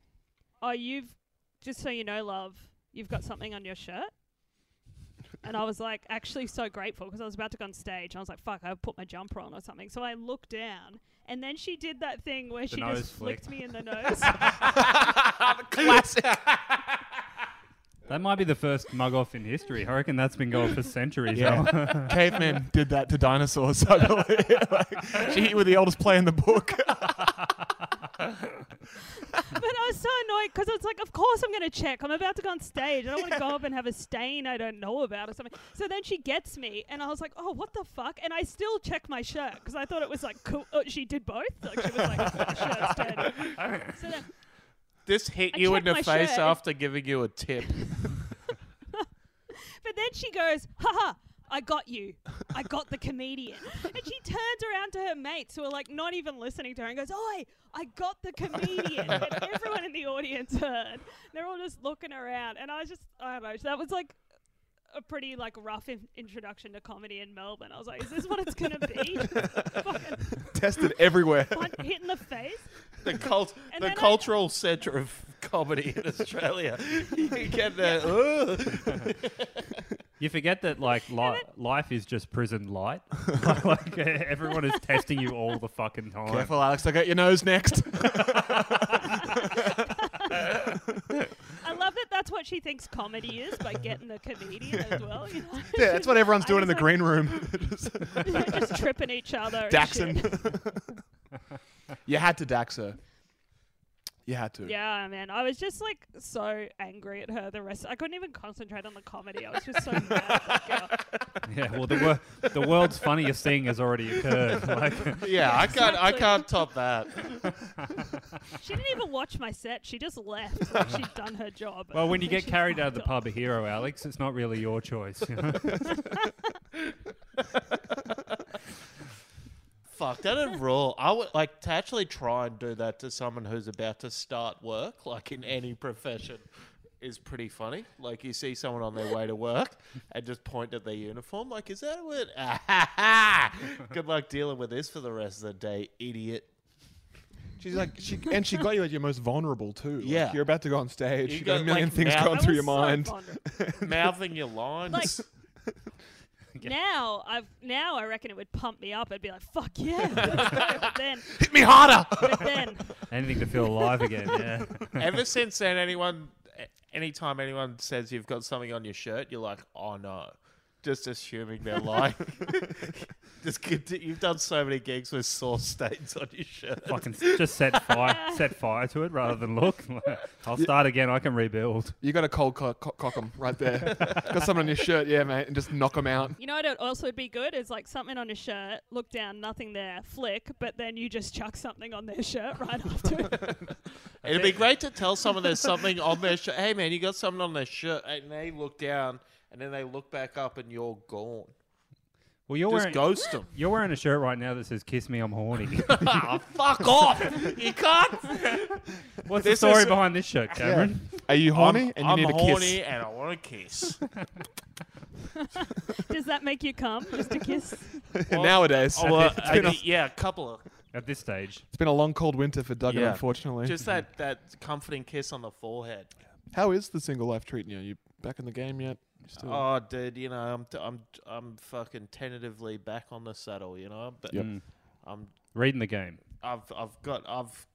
S7: "Oh, you've just so you know, love, you've got something on your shirt." And I was like, actually, so grateful because I was about to go on stage. And I was like, fuck, I put my jumper on or something. So I looked down, and then she did that thing where she
S8: nose
S7: just
S8: flick.
S7: flicked me in the nose.
S8: That might be the first mug off in history. I reckon that's been going for centuries now.
S5: Cavemen did that to dinosaurs, I believe. Like, she hit with the oldest play in the book.
S7: but I was so annoyed because I was like, of course I'm going to check. I'm about to go on stage. I don't want to go up and have a stain I don't know about or something. So then she gets me, and I was like, oh, what the fuck? And I still check my shirt because I thought it was like cool. Oh, she did both. Like she was like, "Oh, shirt's dirty. So then
S6: This hit
S7: I
S6: you in
S7: checked
S6: the
S7: my
S6: face
S7: shirt.
S6: after giving you a tip.
S7: But then she goes, haha. I got you. I got the comedian. And she turns around to her mates who are like not even listening to her and goes, Oi, I got the comedian. and everyone in the audience heard. They're all just looking around. And I was just, I don't know. That was like a pretty like rough in- introduction to comedy in Melbourne. I was like, is this what it's going to be? Fucking
S5: Tested everywhere.
S7: punt- hit in the face?
S6: the cult,
S7: And
S6: the
S7: then I-
S6: cultural centre of comedy in Australia. you get that.
S8: you forget that like li- life is just prison light. like, like, eh, everyone is testing you all the fucking time.
S5: Careful, Alex. I got your nose next.
S7: I love that that's what she thinks comedy is by getting the comedian as well. You know?
S5: yeah, that's what everyone's
S7: I
S5: doing in the
S7: was
S5: green room.
S7: like, just tripping each other. and shit.
S5: Daxon. you had to dax her. You had to.
S7: Yeah, man. I was just like so angry at her the rest. I couldn't even concentrate on the comedy. I was just so mad at that girl.
S8: Yeah, well, the, wor- the world's funniest thing has already occurred. Like,
S6: Yeah, I can't. I
S7: Exactly.
S6: can't top that.
S7: She didn't even watch my set. She just left. Like she'd done her job.
S8: well, when you get
S7: She
S8: carried out of the
S7: fucked off.
S8: pub a hero, Alex, it's not really your choice.
S6: Fuck that would rule. I would like to actually try and do that to someone who's about to start work, like in any profession, is pretty funny. Like you see someone on their way to work and just point at their uniform, like, "Is that what?" Ah, ha, ha. Good luck dealing with this for the rest of the day, idiot.
S5: She's like, she and she got you at your most vulnerable too. Like,
S6: Yeah.
S5: you're about to go on stage.
S6: You
S5: You, got a
S6: got,
S5: million
S6: like,
S5: things
S6: mouth-
S5: going
S7: I
S5: through
S7: was
S5: your
S7: so
S5: mind.
S7: vulnerable.
S6: Mouthing your lines.
S7: Like, Now I've now I reckon it would pump me up. I'd be like, "Fuck yeah!" let's go." But then,
S5: Hit me harder.
S7: but then,
S8: Anything to feel alive again. Yeah.
S6: Ever since then, anyone, a- anytime anyone says you've got something on your shirt, you're like, oh no, just assuming they're lying. just conti- you've done so many gigs with sauce stains on your shirt.
S8: Fucking s- just set fire, set fire to it rather than look. I'll start again. I can rebuild.
S5: You got a cold co- co- cock 'em right there. got someone on your shirt, yeah, mate, and just knock 'em out.
S7: you know what? It also would be good is like something on a shirt. Look down, nothing there. Flick, but then you just chuck something on their shirt right after.
S6: It'd be great to tell someone there's something on their shirt. Hey man, you got something on their shirt, and they look down, and then they look back up, and you're gone.
S8: Well, you're
S6: Just
S8: wearing
S6: ghost them.
S8: you're wearing a shirt right now that says "Kiss me, I'm horny."
S6: Ah, fuck off! You can't.
S8: What's
S6: This
S8: the story
S6: is-
S8: behind this shirt, Cameron?
S5: Are you horny?
S6: I'm,
S5: and you
S6: I'm
S5: need a
S6: horny,
S5: kiss.
S6: and I want to kiss.
S7: Does that make you come just a kiss?
S5: Nowadays,
S6: oh, uh,
S5: it's been a,
S6: uh, yeah, a couple of
S8: At this stage,
S5: it's been a long cold winter for Duggan,
S6: Yeah.
S5: unfortunately.
S6: just that that comforting kiss on the forehead.
S5: How is the single life treating you? you back in the game yet? You Still,
S6: Oh, dude, you know, I'm t- I'm I'm fucking tentatively back on the saddle, you know, but
S5: Yep.
S8: Mm.
S6: I'm
S8: reading the game.
S6: I've I've got I've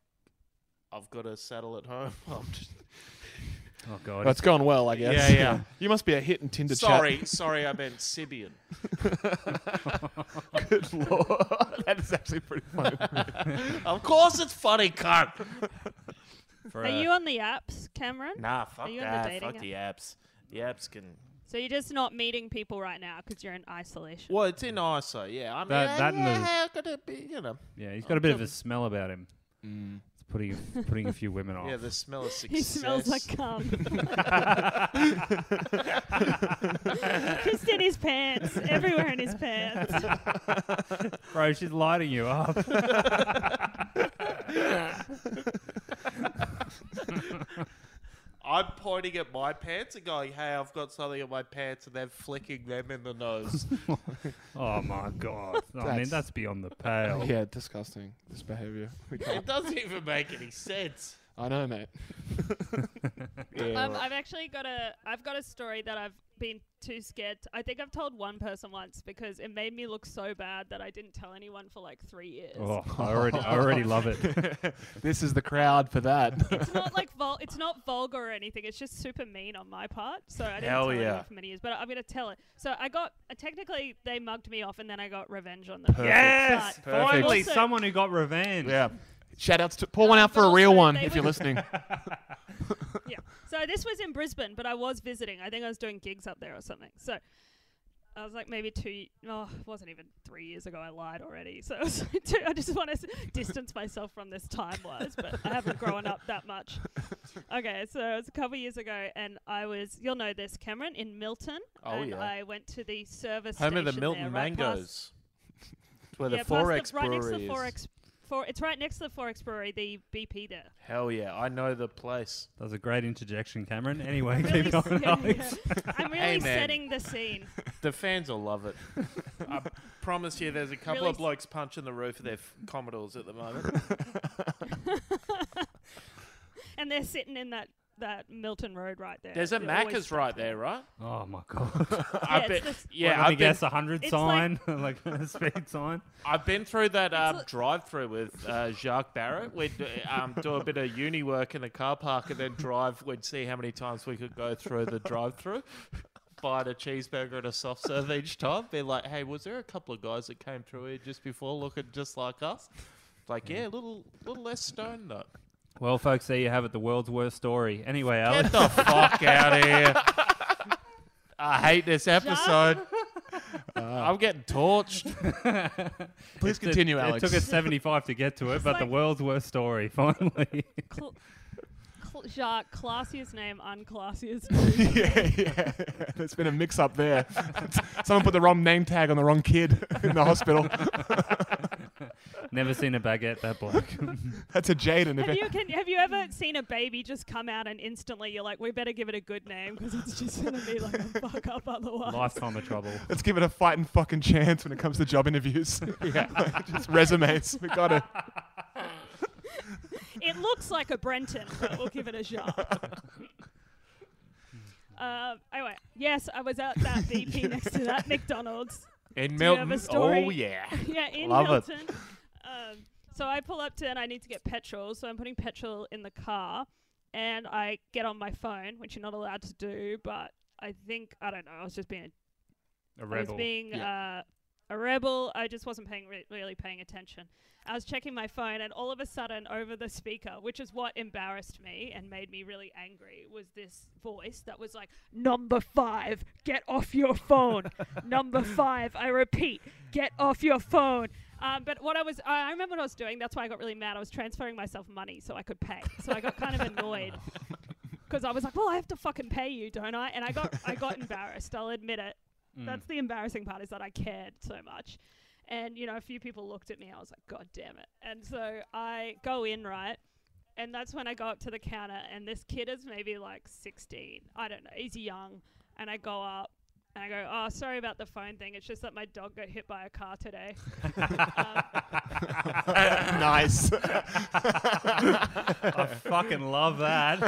S6: I've got a saddle at home. I'm just,
S8: Oh god,
S5: Well, it's going well, I guess.
S6: Yeah, yeah.
S5: you must be a hit in Tinder
S6: sorry, sorry, I meant Sibian.
S5: chat. Good lord, that is actually pretty funny.
S6: of course, it's funny, cunt.
S8: for
S7: Are
S6: uh,
S8: a-
S7: you on the apps, Cameron?
S6: Nah, fuck
S7: you on the
S6: that.
S7: dating
S6: Fuck
S7: app?
S6: the apps. The apps can.
S7: So you're just not meeting people right now because you're in isolation.
S6: Well, it's in ISO. Yeah, I mean,
S8: That-
S6: uh,
S8: that and
S6: yeah,
S8: the-
S6: how could it be? You know,
S8: yeah, he's got a bit of a smell about him.
S5: Mm.
S8: It's putting a- putting a few women off.
S6: yeah,
S4: Oh.
S6: the smell of success.
S7: He smells like cum. just in his pants, everywhere in his pants.
S8: Bro, she's lighting you up.
S6: I'm pointing at my pants and going, "Hey, I've got something in my pants," and then flicking them in the nose.
S8: Oh my god! I mean,
S5: That's-
S8: that's beyond the pale.
S5: yeah, disgusting. This behaviour. We
S6: it
S5: can't.
S6: doesn't even make any sense.
S5: I know, mate.
S7: Um, I've actually got a I've got a story that I've been too scared. to- I think I've told one person once because it made me look so bad that I didn't tell anyone for like three years.
S8: Oh, I already, I already love it.
S5: This is the crowd for that.
S7: It's not like vul- it's not vulgar or anything. It's just super mean on my part. So I didn't
S4: Hell
S7: tell
S4: yeah.
S7: anyone for many years, but I'm gonna tell it. So I got uh, technically they mugged me off, and then I got revenge on them.
S8: Yes,
S7: But
S8: finally,
S7: also-
S8: someone who got revenge.
S5: yeah. Shout outs to pour one out for a
S7: But
S5: real
S7: also
S5: one
S7: they
S5: if you're
S7: would-
S5: listening.
S7: yeah. So this was in Brisbane, but I was visiting. I think I was doing gigs up there or something. So I was like maybe two. Oh, it wasn't even three years ago. I lied already. So it was like two, I just want to distance myself from this time wise, but I haven't grown up that much. Okay, so it was a couple years ago, and I was you'll know this Cameron in Milton,
S4: Oh,
S7: and
S4: yeah.
S7: I went to the service
S4: Home of the
S7: station
S4: Milton
S7: there, right past-
S4: Mangoes. It's where
S7: yeah,
S4: the
S7: past
S4: Forex
S7: right next to the
S4: Brewery is.
S7: Forex. For, it's right next to the Forex Brewery, the BP there.
S4: Hell yeah, I know the place.
S8: That was a great interjection, Cameron. Anyway,
S7: Really
S8: keep
S7: s-
S8: going,
S7: yeah,
S8: Alex.
S7: yeah. I'm really
S4: Amen.
S7: setting the scene.
S4: The fans will love it. I promise you, there's a couple
S7: Really
S4: of
S7: s-
S4: blokes punching the roof of their f- Commodores at the moment.
S7: and they're sitting in that that Milton Road right there.
S4: There's a
S7: They're always
S4: Macca's
S7: stuck
S4: right
S7: to it.
S4: there, right?
S8: Oh my god!
S7: Yeah,
S4: I
S7: it's
S4: bet,
S7: this-
S4: yeah,
S8: let me
S4: I've, been,
S8: guess, a hundred
S7: It's
S8: sign,
S7: like-
S8: like, a speed sign.
S4: I've been through that um,
S7: li-
S4: drive-through with uh, Jacques Barrett. We'd uh, um, do a bit of uni work in the car park and then drive. We'd see how many times we could go through the drive-through. Buying a cheeseburger and a soft serve each time. Be like, hey, was there a couple of guys that came through here just before looking just like us? Like, yeah, a little, little less stone though.
S8: Well, folks, there you have it—the world's worst story. Anyway, Alex,
S4: Get the fuck out of here. I hate this episode. I'm getting torched.
S5: Please
S8: it-
S5: continue,
S8: it,
S5: Alex.
S8: It took us seventy-five to get to it, but the
S7: like-
S8: world's worst story. Finally,
S7: Cl- cl- Jacques, classiest name, unclassiest. name.
S5: yeah, yeah. There's been a mix up there. Someone put the wrong name tag on the wrong kid in the hospital.
S8: never seen a baguette that black.
S5: That's a Jaden.
S7: have
S5: If
S7: you can, have you ever seen a baby just come out and instantly you're like, we better give it a good name because it's just gonna be like a fuck up otherwise.
S8: Lifetime of trouble.
S5: Let's give it a fighting fucking chance when it comes to job interviews. yeah. Just resumes. We got it.
S7: It looks like a Brenton, but we'll give it a shot. Uh, anyway, yes, I was at that BP next to that McDonald's.
S4: In
S7: Do you have a
S4: Milton. Oh
S7: story?
S4: yeah.
S7: yeah, in
S4: Love it.
S7: Milton. Um, so I pull up to and I need to get petrol, so I'm putting petrol in the car, and I get on my phone, which you're not allowed to do, but I think I don't know. I was just being
S8: A
S7: I was
S8: rebel.
S7: being uh, a rebel. I just wasn't paying re- really paying attention. I was checking my phone, and all of a sudden, over the speaker, which is what embarrassed me and made me really angry, was this voice that was like, "Number five, get off your phone. Number five, I repeat, get off your phone." Um, but what I was, I I remember what I was doing. That's why I got really mad. I was transferring myself money so I could pay. So I got kind of annoyed because I was like, "Well, I have to fucking pay you, don't I?" And I got, I got embarrassed. I'll admit it.
S8: Mm.
S7: That's the embarrassing part is that I cared so much. And, you know, a few people looked at me. I was like, God damn it. And so I go in, right? And that's when I go up to the counter. And this kid is maybe like 16. I don't know. He's young. And I go up and I go, Oh, sorry about the phone thing. It's just that my dog got hit by a car today. um,
S5: nice.
S8: I fucking love that.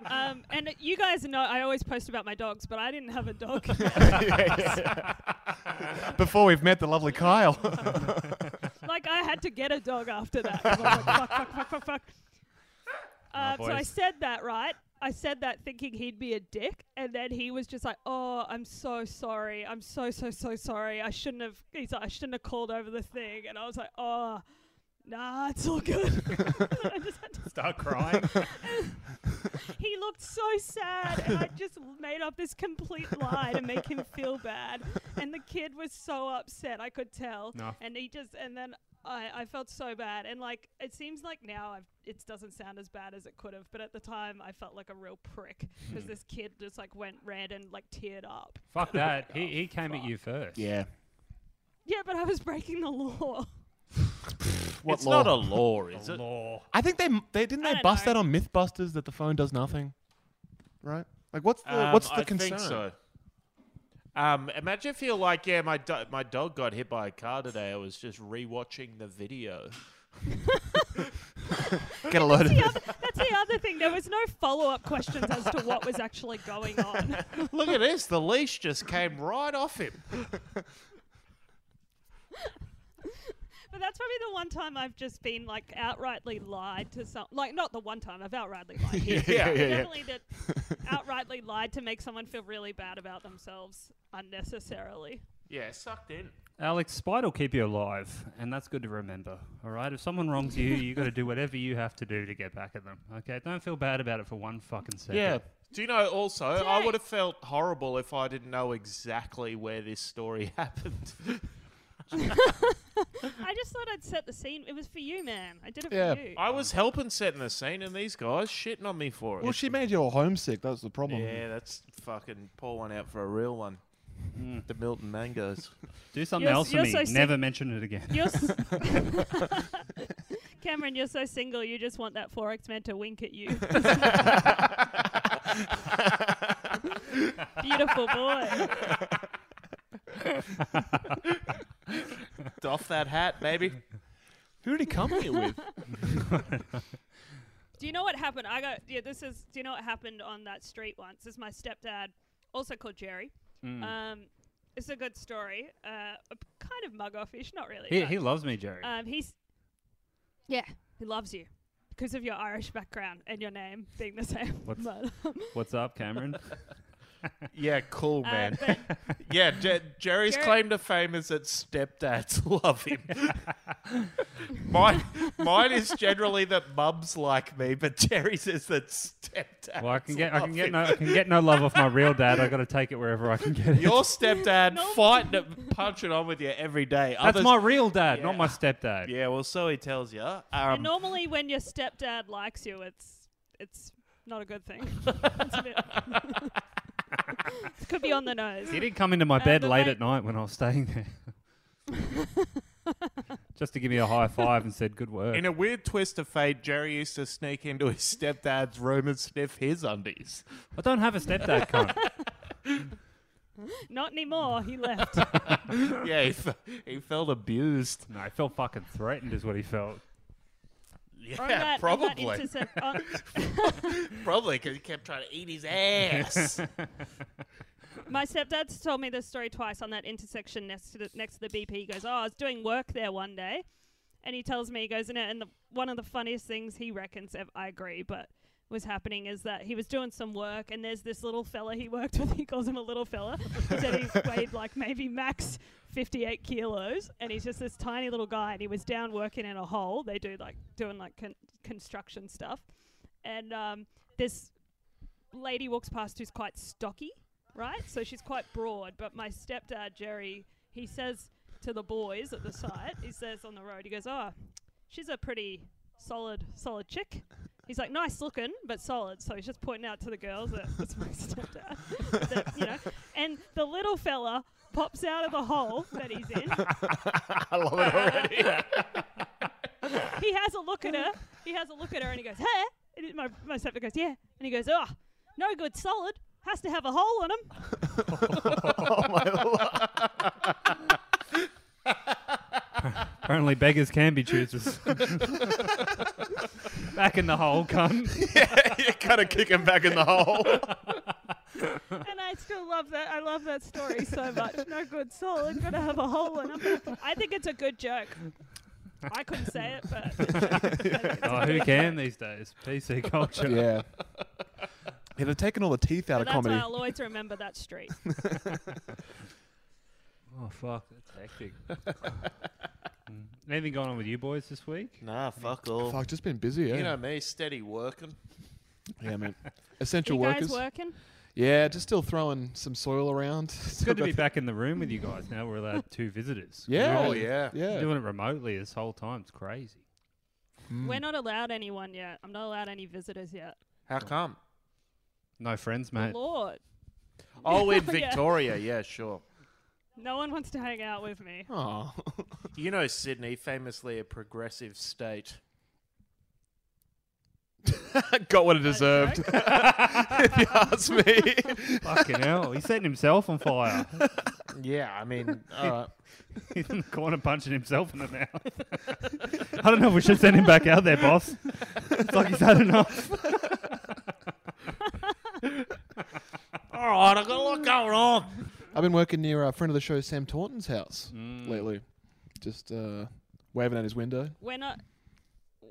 S7: um, and you guys know I always post about my dogs, but I didn't have a dog.
S5: Before we've met the lovely Kyle.
S7: like I had to get a dog after that. 'cause I was like, fuck, fuck, fuck, fuck, fuck. Uh, so I
S8: boys.
S7: said that right. I said that thinking he'd be a dick, and then he was just like, "Oh, I'm so sorry. I'm so so so sorry. I shouldn't have." He's like, "I shouldn't have called over the thing," and I was like, "Oh, nah, it's all good." I just had to
S8: Start crying.
S7: he looked so sad, and I just made up this complete lie to make him feel bad. And the kid was so upset, I could tell.
S8: No.
S7: And he just, and then I, I felt so bad. And like, it seems like now I've, it doesn't sound as bad as it could have, but at the time I felt like a real prick because this kid just like went red and like teared up.
S8: Fuck that. He
S7: Oh,
S8: he came at you first.
S5: yeah.
S7: Yeah, but I was breaking the law.
S5: What
S4: it's
S5: law?
S4: not a law, is it?
S8: Law.
S5: I think they, they didn't
S7: I
S5: they
S7: don't
S5: bust
S7: know.
S5: that on MythBusters that the phone does nothing, right? Like what's the
S4: Um,
S5: what's the
S4: I
S5: concern?
S4: Think so. Um, imagine if you're like, yeah, my do- my dog got hit by a car today. I was just rewatching the video.
S5: Get a load of it.
S7: That's the other thing. There was no follow up questions as to what was actually going on.
S6: Look at this. The leash just came right off him.
S7: But that's probably the one time I've just been like outrightly lied to some. Like not the one time I've outrightly lied. yeah,
S5: yeah, yeah.
S7: Definitely that outrightly lied to make someone feel really bad about themselves unnecessarily.
S6: Yeah, sucked in.
S8: Alex, spite will keep you alive, and that's good to remember. All right, if someone wrongs you, you got to do whatever you have to do to get back at them. Okay, don't feel bad about it for one fucking second.
S6: Yeah. Do you know also, I
S7: Jake.
S6: would have felt horrible if I didn't know exactly where this story happened.
S7: I just thought I'd set the scene. It was for you, man. I did it
S5: Yeah.
S7: for you.
S6: I was helping setting the scene, and these guys shitting on me for it.
S5: Well, she made you all homesick. That was the problem.
S6: yeah, that's fucking pour one out for a real one. The Milton Mangoes.
S8: Do something
S7: You're s-
S8: else for
S7: you're
S8: me.
S7: so sick-
S8: Never mention it again.
S7: You're s- Cameron, you're so single. You just want that forex man to wink at you. Beautiful boy.
S6: Doff that hat, baby.
S5: Who did he come here with?
S7: Do you know what happened? I got yeah. This is. Do you know what happened on that street once? This is my stepdad, also called Jerry.
S8: Mm.
S7: Um, it's a good story. Uh, a p- kind of mug offish, not really.
S8: He,
S7: but,
S8: he loves me, Jerry.
S7: um, he's yeah, he loves you because of your Irish background and your name being the same.
S8: What's-
S7: But,
S8: What's up, Cameron?
S6: Yeah, cool,
S7: uh,
S6: man.
S7: but
S6: yeah, Jer- Jerry's
S7: Jer-
S6: claim to fame is that stepdads love him. mine, mine is generally that mums like me, but Jerry's is that stepdads.
S8: Well, I can get I can
S6: love
S8: get
S6: him.
S8: no I can get no love off my real dad. I got to take it wherever I can get it.
S6: Your stepdad
S7: No.
S6: fighting, it, punching on with you every day.
S8: That's
S6: Others-
S8: my real dad,
S6: Yeah.
S8: not my stepdad.
S6: Yeah, well, so he tells you.
S7: and
S6: Um,
S7: normally, when your stepdad likes you, it's it's not a good thing. It's a bit- it could be on the nose.
S8: He did come into my
S7: Uh,
S8: bed
S7: but
S8: late
S7: they-
S8: at night when I was staying there, just to give me a high five and said good work.
S6: in a weird twist of fate, Jerry used to sneak into his stepdad's room and sniff his undies.
S8: I don't have a stepdad, cunt.
S7: Not anymore. He left.
S6: yeah, he, fe- he felt abused.
S8: No, I felt fucking threatened, is what he felt.
S7: On
S6: Yeah,
S7: that- on that
S6: probably.
S7: intersec- on-
S6: Probably because he kept trying to eat his ass.
S7: my stepdad's told me this story twice on that intersection next to the, next to the BP. He goes, "Oh, I was doing work there one day," and he tells me, he goes, "And, and the, one of the funniest things he reckons, ev- I agree, but." Was happening is that he was doing some work, and there's this little fella he worked with. He calls him a little fella. He said he weighed like maybe max 58 kilos, and he's just this tiny little guy. And he was down working in a hole. They do like doing like con- construction stuff, and um, this lady walks past who's quite stocky, right? So she's quite broad. But my stepdad Jerry, he says to the boys at the site, he says on the road, he goes, "Oh, she's a pretty solid, solid chick." He's like, "Nice looking, but solid." So he's just pointing out to the girls that it's my stepdad, that, you know. And the little fella pops out of the hole that he's in.
S6: I love it already.
S7: he has a look at her. He has a look at her and he goes, "Hey." And my my stepdad goes, "Yeah." And he goes, "Oh, no good, solid. Has to have a hole in him."
S8: Apparently, beggars can be choosers. Back in the hole, cunt.
S6: you gotta kick him back in the hole.
S7: And I still love that. I love that story so much. No good, solid. Gotta have a hole in him. I think it's a good joke. I couldn't say it, but
S8: Oh, who can these days? PC culture.
S5: yeah. Yeah, they've taken all the teeth out
S7: but
S5: of
S7: that's
S5: comedy.
S7: why I'll always remember that street.
S8: Oh fuck, that's hectic. Mm. Anything going on with you boys this week?
S6: Nah, fuck all.
S5: Fuck, just been busy. Yeah,
S6: You know me, steady working.
S5: yeah, man.
S7: You
S5: Essential
S7: guys
S5: workers.
S7: working?
S5: Yeah, just still throwing some soil around.
S8: It's good to be back in the room with you guys now. We're allowed two visitors.
S5: Yeah.
S6: Oh, yeah.
S5: Yeah.
S8: Doing it remotely this whole time. It's crazy.
S5: Mm.
S7: We're not allowed anyone yet. I'm not allowed any visitors yet.
S6: How come?
S8: No friends, mate.
S7: Lord,
S6: Oh, in
S7: Yeah.
S6: Victoria, yeah, sure.
S7: no one wants to hang out with me.
S5: Aw.
S6: You know Sydney, famously a progressive state.
S5: Got what it
S7: That
S5: deserved,
S7: joke?
S5: if you ask me.
S8: Fucking hell. He's setting himself on fire.
S6: Yeah, I mean, all right.
S8: He's in the corner punching himself in the mouth. I don't know if we should send him back out there, boss. It's like he's had enough.
S6: All right, I've got a lot going on.
S5: I've been working near a friend of the show, Sam Taunton's house lately. Just uh, waving at his window.
S7: We're not.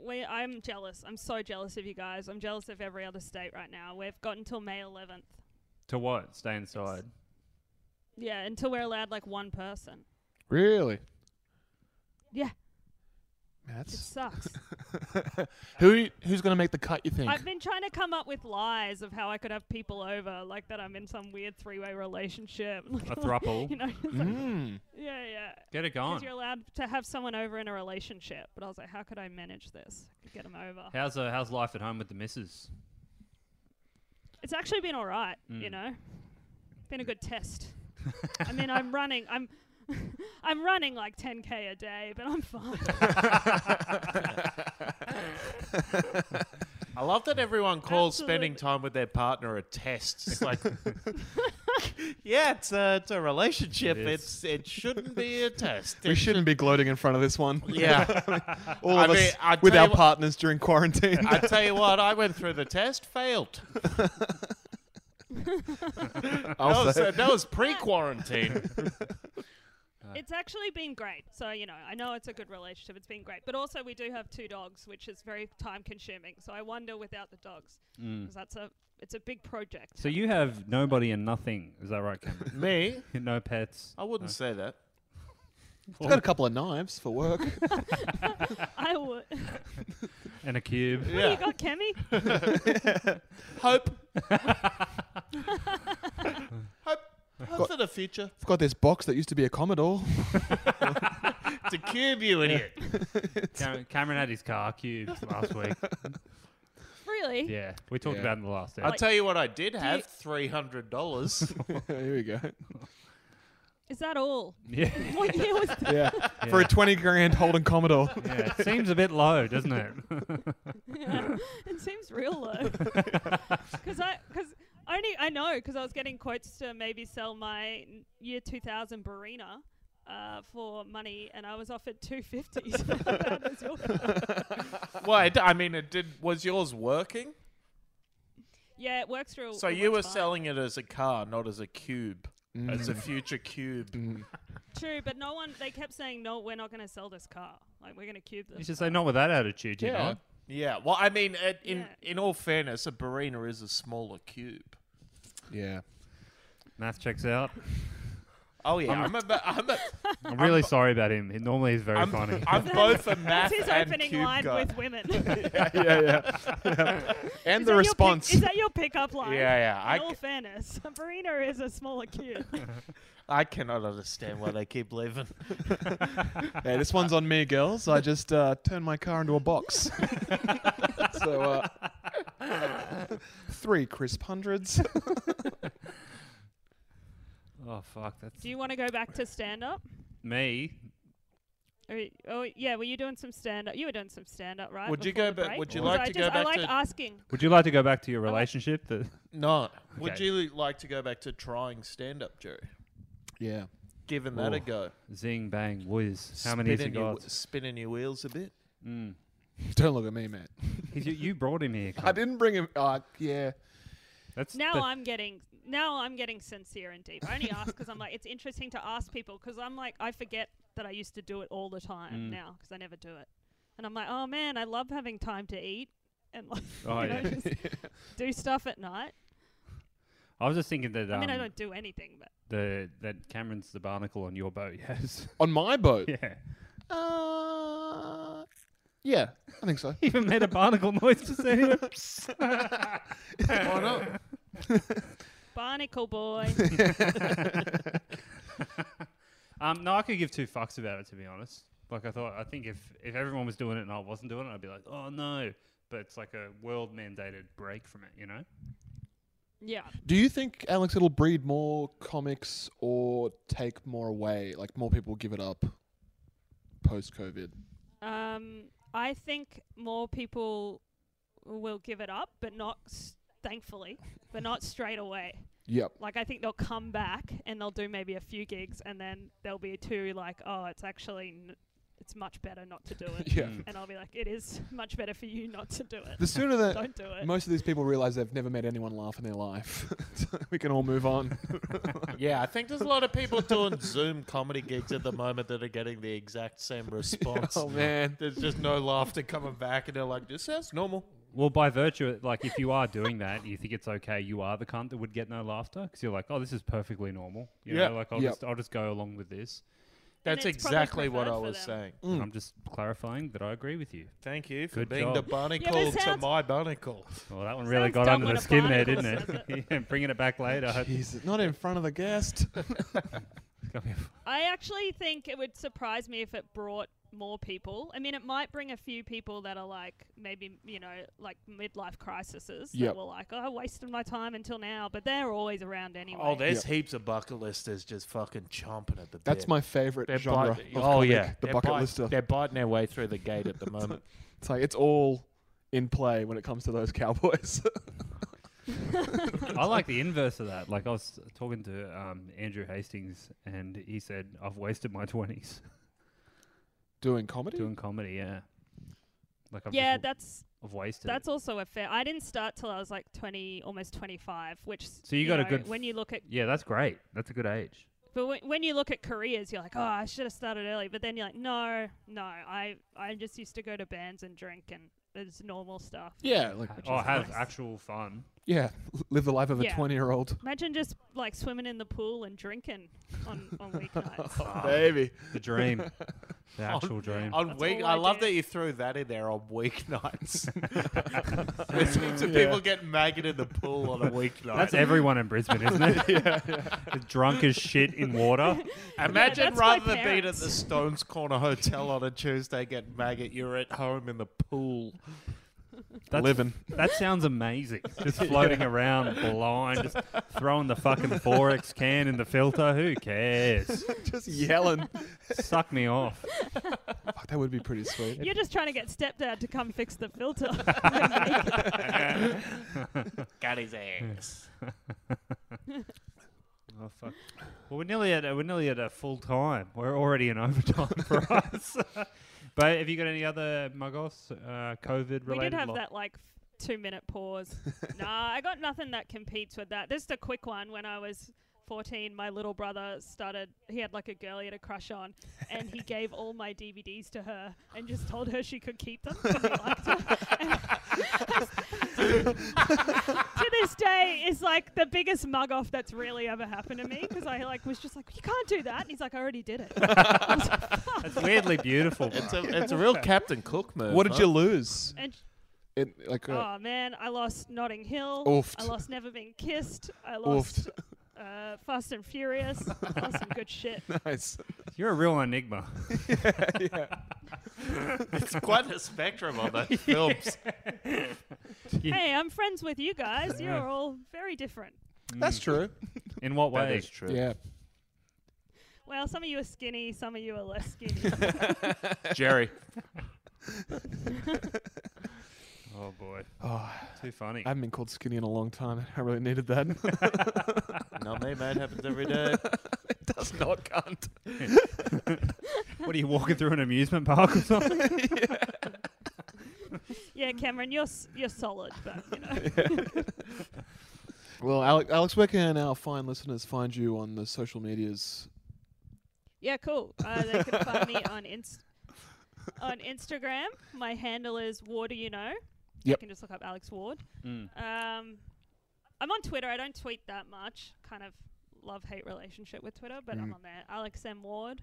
S7: We, I'm jealous. I'm so jealous of you guys. I'm jealous of every other state right now. We've got until May 11th.
S8: To what? Stay inside.
S7: Yeah, until we're allowed like one person.
S5: Really?
S7: Yeah, it
S5: That's
S7: sucks.
S5: who who's gonna make the cut? You think?
S7: I've been trying to come up with lies of how I could have people over, like that I'm in some weird three-way relationship.
S8: A thruple.
S7: you know? it's like,
S5: Mm.
S7: yeah, yeah.
S8: Get it
S7: Because
S8: going.
S7: you're allowed to have someone over in a relationship. But I was like, how could I manage this? I could get them over.
S8: How's uh, how's life at home with the missus?
S7: It's actually been all right,
S8: Mm.
S7: you know. Been a good test. I mean, I'm running. I'm I'm running like 10k a day, but I'm fine.
S6: I love that everyone calls spending
S7: Absolutely.
S6: time with their partner a test. It's like, yeah, it's a, it's a relationship.
S8: It
S6: it's it shouldn't be a test.
S5: We shouldn't be gloating in front of this one.
S6: Yeah,
S5: All
S6: I
S5: of
S6: mean,
S5: us
S6: I'd
S5: with
S6: tell
S5: our
S6: you what-
S5: partners during quarantine.
S6: I tell you what, I went through the test, failed. That
S5: I'll
S6: was,
S5: say.
S6: that was pre-quarantine.
S7: it's actually been great. So you know, I know it's a good relationship. It's been great, but also we do have two dogs, which is very time-consuming. So I wonder without the dogs, because that's a it's a big project.
S8: Mm. So you have nobody and nothing. Is that right, Cameron?
S6: Me,
S8: no pets.
S6: I wouldn't say that.
S5: I've got a couple of knives for work.
S7: I would.
S8: And a cube.
S7: What do you got, Kemi?
S6: Hope. Hope. Hope for the future.
S5: I've got this box that used to be a Commodore.
S6: It's a cube, you idiot.
S8: Cameron, Cameron had his car cubes last week.
S7: Really?
S8: Yeah, we talked
S5: Yeah.
S8: about it in the last
S6: I'll
S8: episode.
S6: tell you what I did have, $300.
S5: Here we go.
S7: Is that all?
S8: Yeah,
S7: What year was that?
S5: Yeah. For a 20 grand Holden Commodore.
S8: yeah, it seems a bit low, doesn't it?
S7: Yeah. it seems real low. Because I, because only I know because I was getting quotes to maybe sell my n- year 2000 Barina uh, for money, and I was offered 250. So that was your-
S6: Wait, I mean, it did. Was yours working?
S7: yeah, it works real.
S6: So
S7: Oh, it
S6: you were
S7: works fine.
S6: selling it as a car, not as a cube. As a future cube.
S7: True, but no one. They kept saying, "No, we're not going to sell this car. Like we're going to cube
S8: You
S7: this."
S8: should say not with that attitude, you
S5: Yeah.
S8: know.
S6: Yeah. Well, I mean, it, in
S7: Yeah.
S6: in all fairness, a Barina is a smaller cube.
S5: Yeah.
S8: Math checks out.
S6: Oh yeah, I'm, a, I'm, a,
S8: I'm really sorry about him. He normally is very funny.
S6: I'm both a
S7: That's
S6: math
S7: his
S6: and
S7: opening
S6: cube
S7: line
S6: guy.
S7: with women. and
S5: Yeah, yeah. and the response.
S7: Is that your pickup line?
S6: Yeah, yeah. I
S7: In all
S6: c-
S7: fairness, a Barina is a smaller cube.
S6: I cannot understand why they keep leaving.
S5: Yeah, this one's on me, girls. I just uh, turned my car into a box. so, uh, three crisp hundreds.
S8: oh fuck, that's
S7: Do you want to go back to stand up?
S8: me.
S7: Are you- Oh yeah, were you doing some stand up? You were doing some stand up, right?
S6: Would you
S7: before
S6: go
S7: the
S6: back-
S7: break?
S6: would you
S7: 'Cause
S6: like
S7: I
S6: to go
S7: just- I
S6: back
S7: like
S6: to-
S7: asking.
S8: Would you like to go back to your relationship? That
S6: No. Would
S8: Okay.
S6: you like to go back to trying stand up, Jerry?
S5: Yeah.
S6: Giving that a
S8: Ooh.
S6: go.
S8: zing bang whiz. How many has he
S6: Spinning your-
S8: got?
S6: Spinning your wheels a bit.
S8: Mm.
S5: Don't look at me, man.
S8: He's, you, you brought him here.
S5: I
S8: cunt.
S5: didn't bring him. Uh, yeah.
S8: That's
S7: Now
S8: the-
S7: I'm getting now I'm getting sincere and deep. I only ask because I'm like it's interesting to ask people because I'm like I forget that I used to do it all the time now 'cause I never do it, and I'm like oh man I love having time to eat and like
S8: Oh,
S7: you know,
S8: yeah.
S7: just do stuff at night.
S8: I was just thinking that. Um,
S7: I mean I don't do anything, but
S8: the that Cameron's the barnacle on your boat. Yes.
S5: On my boat.
S8: yeah.
S5: Uh, yeah, I think so.
S8: Even made a barnacle noise to say it.
S6: Why not?
S7: barnacle boy.
S8: Um, no, I could give two fucks about it to be honest. Like I thought, I think if if everyone was doing it and I wasn't doing it, I'd be like, oh no. But it's like a world mandated break from it, you know.
S7: yeah,
S5: Do you think, Alex, it'll breed more comics or take more away? Like, more people give it up post COVID?
S7: Um, I think more people will give it up, but not s- thankfully, but not straight away.
S5: Yep.
S7: Like I think they'll come back and they'll do maybe a few gigs and then they'll be too like, oh, it's actually n- it's much better not to do it.
S5: Yeah.
S8: Mm.
S7: And I'll be like, it is much better for you not to do it.
S5: The sooner that
S7: Don't do it.
S5: most of these people realize they've never made anyone laugh in their life, So we can all move on.
S6: Yeah, I think there's a lot of people doing Zoom comedy gigs at the moment that are getting the exact same response.
S5: oh man.
S6: There's just no laughter coming back, and they're like, "This sounds normal."
S8: Well, by virtue, of- like if you are doing that, you think it's okay. You are the cunt that would get no laughter because you're like, oh, this is perfectly normal. You
S6: Yeah.
S8: know, like I'll
S5: Yep.
S8: just I'll just go along with this.
S7: And
S6: That's
S7: it's probably
S6: exactly what I
S7: preferred for
S6: was
S7: them.
S6: saying.
S5: Mm.
S8: And I'm just clarifying that I agree with you.
S6: Thank you for
S8: Good
S6: being the
S8: job.
S6: barnacle to
S7: sounds-
S6: my barnacle.
S8: Well, that one really
S7: Sounds
S8: got
S7: dumb
S8: under
S7: when
S8: the
S7: a
S8: skin there,
S7: barnacle
S8: didn't it?
S7: says
S8: yeah, bringing it back later.
S5: Jesus, not in front of the guest.
S7: I actually think it would surprise me if it brought more people. I mean, it might bring a few people that are like maybe you know like midlife crises
S5: Yep.
S7: that were like, oh, I wasted my time until now, but they're always around anyway.
S6: Oh, there's heaps of bucket listers just fucking chomping at the bit.
S5: That's my favorite
S6: They're
S5: genre.
S6: bite-
S5: of
S6: oh
S5: comic,
S6: yeah,
S5: the
S6: They're
S5: bucket
S6: bite-
S5: lister.
S6: They're biting their way through the gate at the moment.
S5: It's like it's all in play when it comes to those cowboys.
S8: I like the inverse of that. Like I was talking to um, Andrew Hastings, and he said, "I've wasted my twenties
S5: Doing comedy.
S8: doing comedy." Yeah, like I've
S7: yeah,
S8: just,
S7: that's
S8: I've wasted.
S7: that's also a fair. I didn't start till I was like twenty, almost twenty-five. Which
S8: So you got a
S7: know,
S8: good
S7: when you look at
S8: it. Yeah, that's great. That's a good age.
S7: But when, when you look at careers, you're like, oh, I should have started early. But then you're like, no, no, I, I just used to go to bands and drink and it's normal stuff.
S5: Yeah, like
S8: oh, have
S7: nice.
S8: actual fun.
S5: yeah, live the life of a
S7: Yeah.
S5: twenty-year-old
S7: Imagine just like swimming in the pool and drinking on, on
S5: Oh,
S7: weeknights.
S5: baby.
S8: The dream, the actual dream.
S6: On
S7: That's
S6: week,
S7: all
S6: I,
S7: I
S6: love
S7: do.
S6: that you threw that in there on weeknights. There's heaps of people getting maggot in the pool on a weeknight.
S8: That's everyone in Brisbane, isn't it? Drunk as shit in water.
S6: Imagine
S7: that's my
S6: rather than being at
S7: parents.
S6: the Stones Corner Hotel on a Tuesday, get maggot, you're at home in the pool.
S8: That's,
S5: Living.
S8: That sounds amazing. Just floating around blind, just throwing the fucking Forex can in the filter. Who cares?
S5: Just yelling.
S8: Suck me off.
S5: Fuck, that would be pretty sweet.
S7: you're just trying to get stepdad to come fix the filter.
S6: Got his ass.
S8: Oh fuck. Well, we're nearly at we're nearly at a full time. We're already in overtime for us. but have you got any other muggos, uh, COVID related?
S7: we did have that like f- two minute pause. nah, I got nothing that competes with that. Just a quick one. When I was 14, my little brother started, he had like a girl he had a crush on, and he gave all my DVDs to her and just told her she could keep them. 'cause he liked her. And to this day, is like the biggest mug off that's really ever happened to me because I like was just like, you can't do that. And he's like, I already did it.
S8: It's weirdly beautiful.
S6: It's
S8: bro.
S6: a, it's a real Captain Cook move.
S5: What did
S6: huh?
S5: you lose?
S7: and
S5: It, like uh,
S7: Oh man, I lost Notting Hill.
S5: Oofed.
S7: I lost Never Been Kissed. I
S5: Oofed.
S7: lost uh, Fast and Furious. I lost some good shit.
S5: nice.
S8: You're a real enigma.
S6: It's quite a spectrum on those films.
S7: Hey, I'm friends with you guys. You're all very different.
S5: That's true.
S8: Mm. In what
S6: That
S8: way?
S6: is true.
S5: Yeah.
S7: Well, some of you are skinny, some of you are less skinny.
S6: Jerry.
S8: Oh boy,
S5: Oh,
S8: too funny.
S5: I haven't been called skinny in a long time. I really needed that.
S6: Not me, mate. Happens every day.
S5: Does not cunt.
S8: what are you walking through an amusement park or something?
S7: yeah, Cameron, you're s- you're solid, but you know.
S5: Well, Alex, Alex, where can our fine listeners find you on the social medias?
S7: Yeah, cool. Uh, they can find me on inst- on Instagram. My handle is War. Do you know? You
S5: Yep.
S7: can just look up Alex Ward. Um, I'm on Twitter. I don't tweet that much. Kind of love hate relationship with Twitter, but I'm on there. Alex M Ward.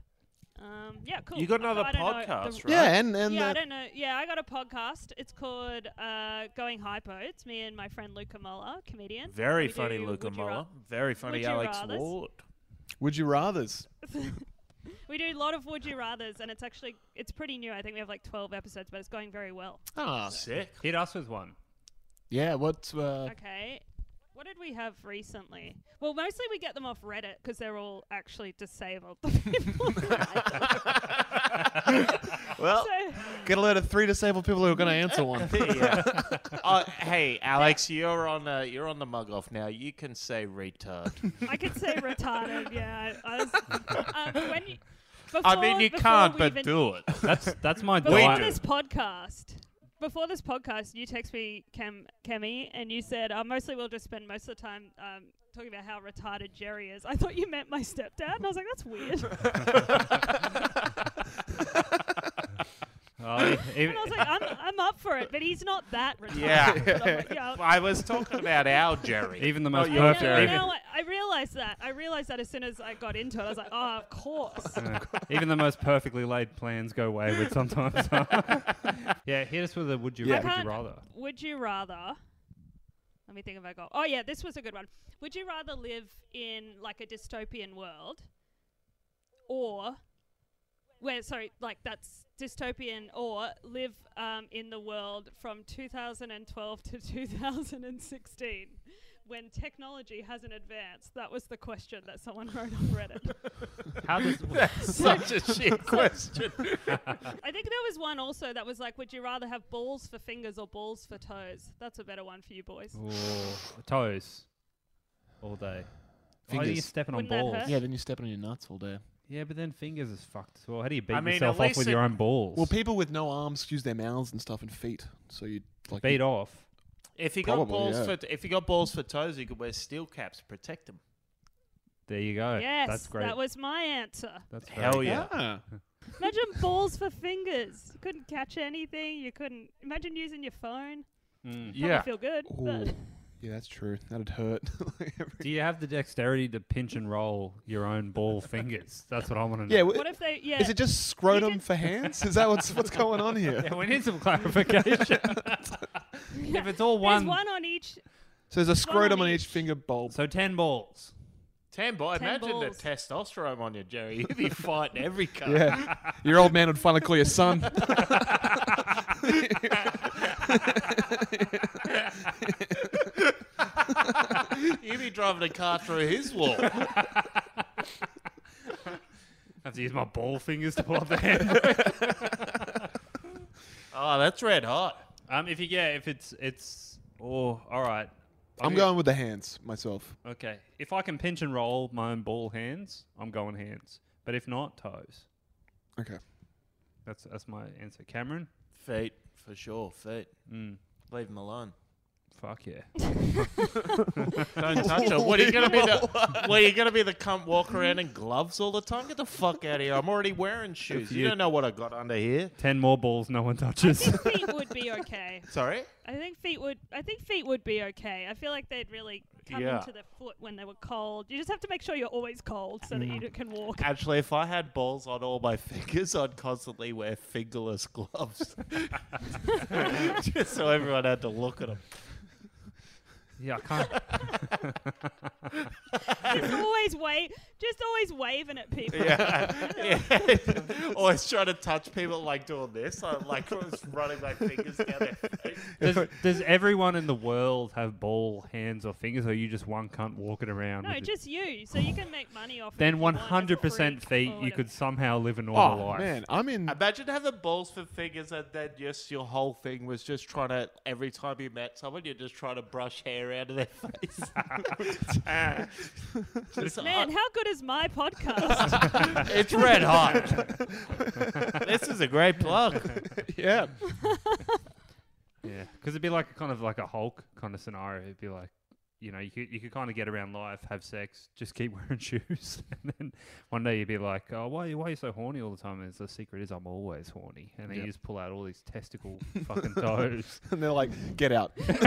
S7: Um, yeah, cool.
S6: Mm. You got
S7: I-
S6: another
S7: I don't know
S6: podcast, right?
S7: the-
S5: Yeah, and and
S7: Yeah, I
S5: that-
S7: don't know. Yeah, I got a podcast. It's called uh, Going Hypo. It's me and my friend Luca Muller, comedian.
S6: Very
S7: We
S6: funny,
S7: do
S6: Luca
S7: Would You Ra-
S6: Muller. Very funny,
S7: Would You
S6: Alex
S7: Rathers?
S6: Ward.
S5: would you rather's?
S7: We do a lot of Would You Rather's, and it's actually it's pretty new. I think we have like 12 episodes, but it's going very well.
S5: Ah,
S6: Oh, Sick.
S8: Hit us with one.
S5: yeah. What's uh,
S7: Okay. What did we have recently? Well, mostly we get them off Reddit because they're all actually disabled. people.
S6: Well,
S7: So,
S5: Get a load of three disabled people who are going to answer one.
S6: yeah. Uh, hey, Alex, you're on uh, you're on the mug off now. You can say retard.
S7: I could say retarded. Yeah, I, I was. Um, when you, before,
S6: I mean, you
S7: Oh, before
S6: can't,
S7: we
S6: but
S7: even,
S6: do it.
S8: That's that's my
S7: Before
S8: diet.
S7: this podcast, before this podcast, you text me, Cam, Cammy, and you said, uh, "Mostly, we'll just spend most of the time um, talking about how retarded Jerry is." I thought you meant my stepdad, and I was like, "That's weird."
S8: Oh, e- e-
S7: and I was like, "I'm, I'm up for it," but he's not that retarded.
S6: Yeah.
S7: And I'm like, yeah.
S6: I was talking about our Jerry.
S8: even the most
S7: I know,
S8: perfect.
S7: now
S8: even-
S7: I, I realized that. I realized that as soon as I got into it, I was like, "Oh, of course."
S8: Yeah. Even the most perfectly laid plans go wayward sometimes. yeah, hit us with a would you,
S5: Yeah.
S8: would
S7: Can't-
S8: you rather.
S7: Would you rather? Let me think if I got. Oh yeah, this was a good one. Would you rather live in like a dystopian world, or where sorry, like that's dystopian, or live um, in the world from 2012 to 2016 when technology hasn't advanced? That was the question that someone wrote on Reddit.
S8: How does
S6: Such a shit question.
S7: I think there was one also that was like, would you rather have balls for fingers or balls for toes? That's a better one for you boys.
S8: Ooh, toes all day? Why are you
S5: Fingers.
S8: stepping on
S7: Wouldn't that
S8: balls?
S7: hurt?
S5: yeah, then you're stepping on your nuts all day.
S8: Yeah, but then fingers is fucked as well. How do you beat
S6: I mean,
S8: yourself
S6: at
S8: off
S6: least
S8: with
S6: it-
S8: your own balls?
S5: Well, people with no arms use their mouths and stuff and feet. So you like
S8: beat off.
S6: If you got
S5: Probably,
S6: balls
S5: yeah.
S6: for if you got balls for toes, you could wear steel caps to protect them.
S8: There you go.
S7: Yes,
S8: that's great.
S7: that was my answer.
S8: that's
S6: Hell
S8: very-
S6: oh, yeah.
S5: Ah.
S7: Imagine balls for fingers. You couldn't catch anything. You couldn't. Imagine using your phone.
S8: Mm.
S7: Probably feel good.
S5: Ooh.
S7: But
S5: Yeah, that's true. That'd hurt. Like every-
S8: Do you have the dexterity to pinch and roll your own ball fingers? That's what I want to know.
S5: yeah. w-
S7: what if they? Yeah.
S5: Is it just scrotum
S7: could-
S5: for hands? Is that what's what's going on here?
S8: Yeah, we need some clarification. if it's all
S7: There's
S8: one,
S7: one on each.
S5: So there's a scrotum on
S7: each.
S5: each finger bulb.
S8: so ten balls.
S6: Ten boy,
S7: Ten
S6: imagine
S7: balls.
S6: the testosterone on you, Jerry. You'd be fighting every car.
S5: Yeah, your old man would finally call your son.
S6: You'd be driving a car through his wall.
S8: I have to use my ball fingers to pull up the hand.
S6: oh, that's red hot.
S8: um, if you yeah, if it's it's oh, all right.
S5: I'm
S8: Okay.
S5: going with the hands myself.
S8: Okay, if I can pinch and roll my own ball hands, I'm going hands. But if not, toes.
S5: Okay.
S8: That's that's my answer, Cameron.
S6: Feet for sure. Feet.
S8: Mm,
S6: Leave him alone.
S8: fuck yeah.
S6: Don't touch her. What are you gonna be the? Well, you're gonna be the cunt walk around in gloves all the time. Get the fuck out of here. I'm already wearing shoes. You,
S8: you-
S6: don't know what I got under here.
S8: Ten more balls, no one touches.
S7: Feet would be okay.
S6: Sorry.
S7: I think feet would. I think feet would be okay. I feel like they'd really come
S6: Yeah.
S7: into the foot when they were cold. You just have to make sure you're always cold so that
S8: Mm.
S7: you can walk.
S6: Actually, if I had balls on all my fingers, I'd constantly wear fingerless gloves, just so everyone had to look at them.
S8: yeah, I can't.
S7: just always wave. Just always waving at people.
S6: Yeah. Always trying to touch people like doing this. I'm like just running my fingers down their face.
S8: Does, does everyone in the world have ball, hands, or fingers, or are you just one cunt walking around?
S7: No,
S8: with it?
S7: just you. So you can make money off. it
S8: then
S7: if you want
S8: one
S7: as a
S8: hundred percent
S7: freak
S8: feet.
S7: or
S8: You
S7: whatever.
S8: could somehow live
S6: Oh,
S8: a normal life.
S5: Oh, man, I'm in.
S6: Imagine having balls for fingers and then just your whole thing was just trying to, every time you met someone, you're just trying to brush hair out of their face. Just-
S7: Man, how good is my podcast?
S6: it's red hot. this is a great plug.
S5: Yeah.
S8: Yeah, because it'd be like a kind of like a Hulk kind of scenario. It'd be like, you know, you could you could kind of get around life, have sex, just keep wearing shoes, and then one day you'd be like, oh, why why are you so horny all the time? And it's, the secret is I'm always horny, and then you just pull out all these testicle fucking toes.
S5: And they're like, get out.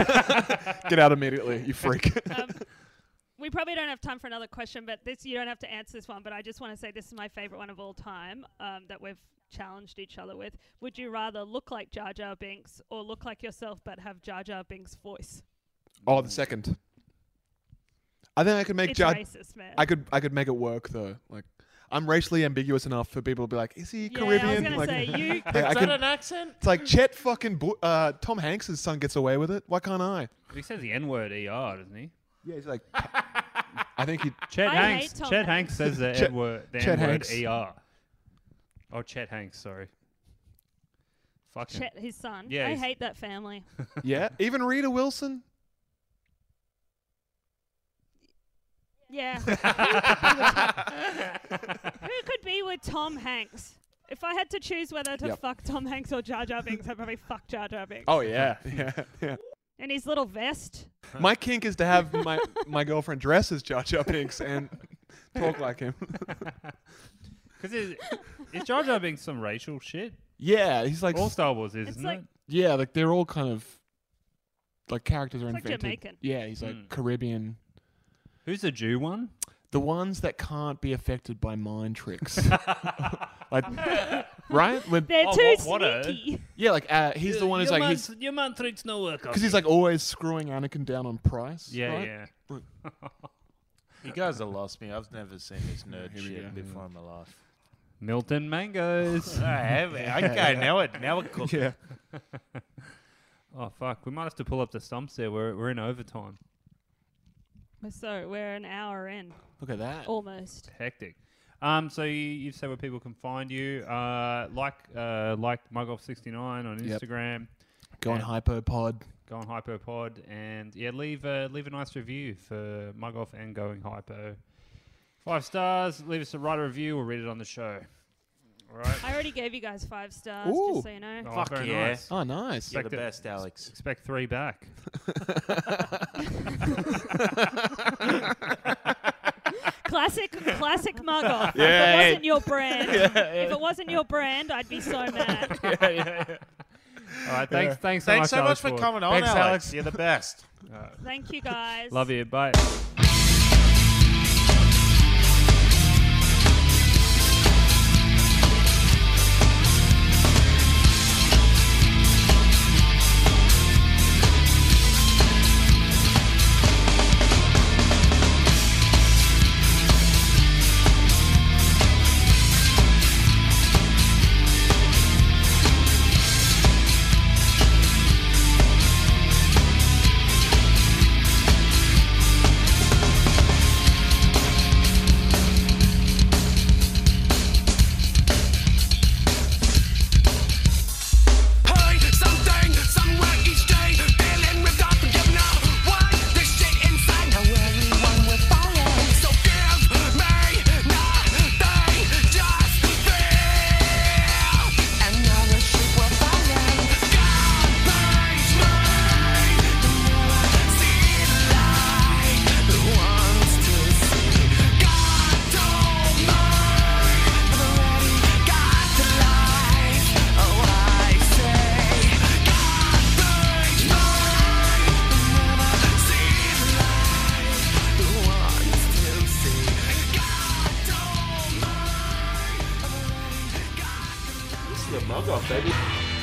S5: get out immediately, you freak.
S7: um, we probably don't have time for another question, but this you don't have to answer this one. But I just want to say this is my favorite one of all time um, that we've challenged each other with. Would you rather look like Jar Jar Binks or look like yourself but have Jar Jar Binks' voice?
S5: Oh, the second. I think I could make
S7: it's
S5: Jar.
S7: racist, man.
S5: I could I could make it work though. Like I'm racially ambiguous enough for people to be like, is he
S7: yeah,
S5: Caribbean?
S7: I was gonna
S5: like,
S7: say you.
S5: like, I
S6: Is
S5: could-
S6: that an accent?
S5: it's like Chet fucking Bo- uh, Tom Hanks' son gets away with it. Why can't I?
S8: he says the N word, er, doesn't he?
S5: Yeah, he's like. I think he.
S8: Chet
S7: I hate
S8: Hanks.
S7: Tom
S8: Chet Hanks says the
S5: Chet-
S8: N word. E The
S5: Chet
S8: N word,
S5: Hanks.
S8: er. Oh, Chet Hanks. Sorry. Fucking
S7: Chet, his son.
S8: Yeah,
S7: I
S8: he's-
S7: hate that family.
S5: yeah, even Rita Wilson.
S7: Yeah. who, could- who could be with Tom Hanks? If I had to choose whether to
S5: Yep.
S7: fuck Tom Hanks or Jar Jar Binks, I'd probably fuck Jar Jar Binks.
S5: Oh yeah, yeah, yeah.
S7: And his little vest.
S5: My kink is to have my my girlfriend dress as Jar Jar Binks and talk like him.
S8: because is, is Jar Jar being some racial shit?
S5: yeah, he's like
S8: All Star Wars, isn't
S7: It's like
S8: it?
S5: yeah, like they're all kind of like characters are
S7: It's like
S5: invented.
S7: Jamaican.
S5: Yeah, he's like
S8: Mm.
S5: Caribbean.
S8: Who's the Jew one?
S5: The ones that can't be affected by mind tricks, like right? When,
S7: They're
S8: Oh,
S7: too
S8: what- what a-
S7: sneaky.
S5: yeah, like uh, he's the one who's like he's
S6: your man tricks no work.
S5: because he's like always screwing Anakin down on price.
S8: Yeah,
S5: right?
S8: yeah.
S4: You guys have lost me. I've never seen this nerd
S5: Here we
S4: shit
S5: go.
S4: before in my life.
S8: Milton Mangoes.
S4: okay, now it now it cooks.
S5: yeah.
S8: oh fuck, we might have to pull up the stumps there. We're we're in overtime.
S7: So we're an hour in,
S5: Look at that.
S7: Oh. almost.
S8: Hectic. Um, so you, you've said where people can find you. Uh, like uh, like Mugoff69 on
S5: Yep.
S8: Instagram.
S5: Go on
S8: Yeah.
S5: hypopod.
S8: Go on Hypopod and yeah, leave a, leave a nice review for Mug Off and Going Hypo. Five stars. Leave us a write a review. We'll read it on the show. All right.
S7: I already gave you guys five stars,
S5: Ooh.
S7: just so you know.
S8: Oh,
S4: Fuck yeah.
S8: nice.
S5: Oh, nice.
S4: You're the
S8: Expected-
S4: best, Alex.
S8: Expect three back.
S7: Classic, classic mug off.
S5: Yeah,
S7: if
S5: hey.
S7: it wasn't your brand, if it wasn't your brand, I'd be so mad.
S8: All right. Thanks. Thanks
S4: Thanks
S8: so much.
S4: so much
S8: Alex
S4: for
S8: Ward.
S4: coming on,
S8: Thanks,
S4: Alex. You're the best.
S7: Thank you guys.
S8: Love you. Bye.
S9: Hey, something, somewhere each day, feeling ripped off and giving up. Why this shit inside? Now everyone will follow. So give me nothing, just feel. And now the sheep will follow. God pays me. The more I see light, who wants to see? God told me I've already got the light. Oh, I say, God pays me. The more I see light, who wants to see? God told me I've already got the light.
S1: This is a mug off, baby.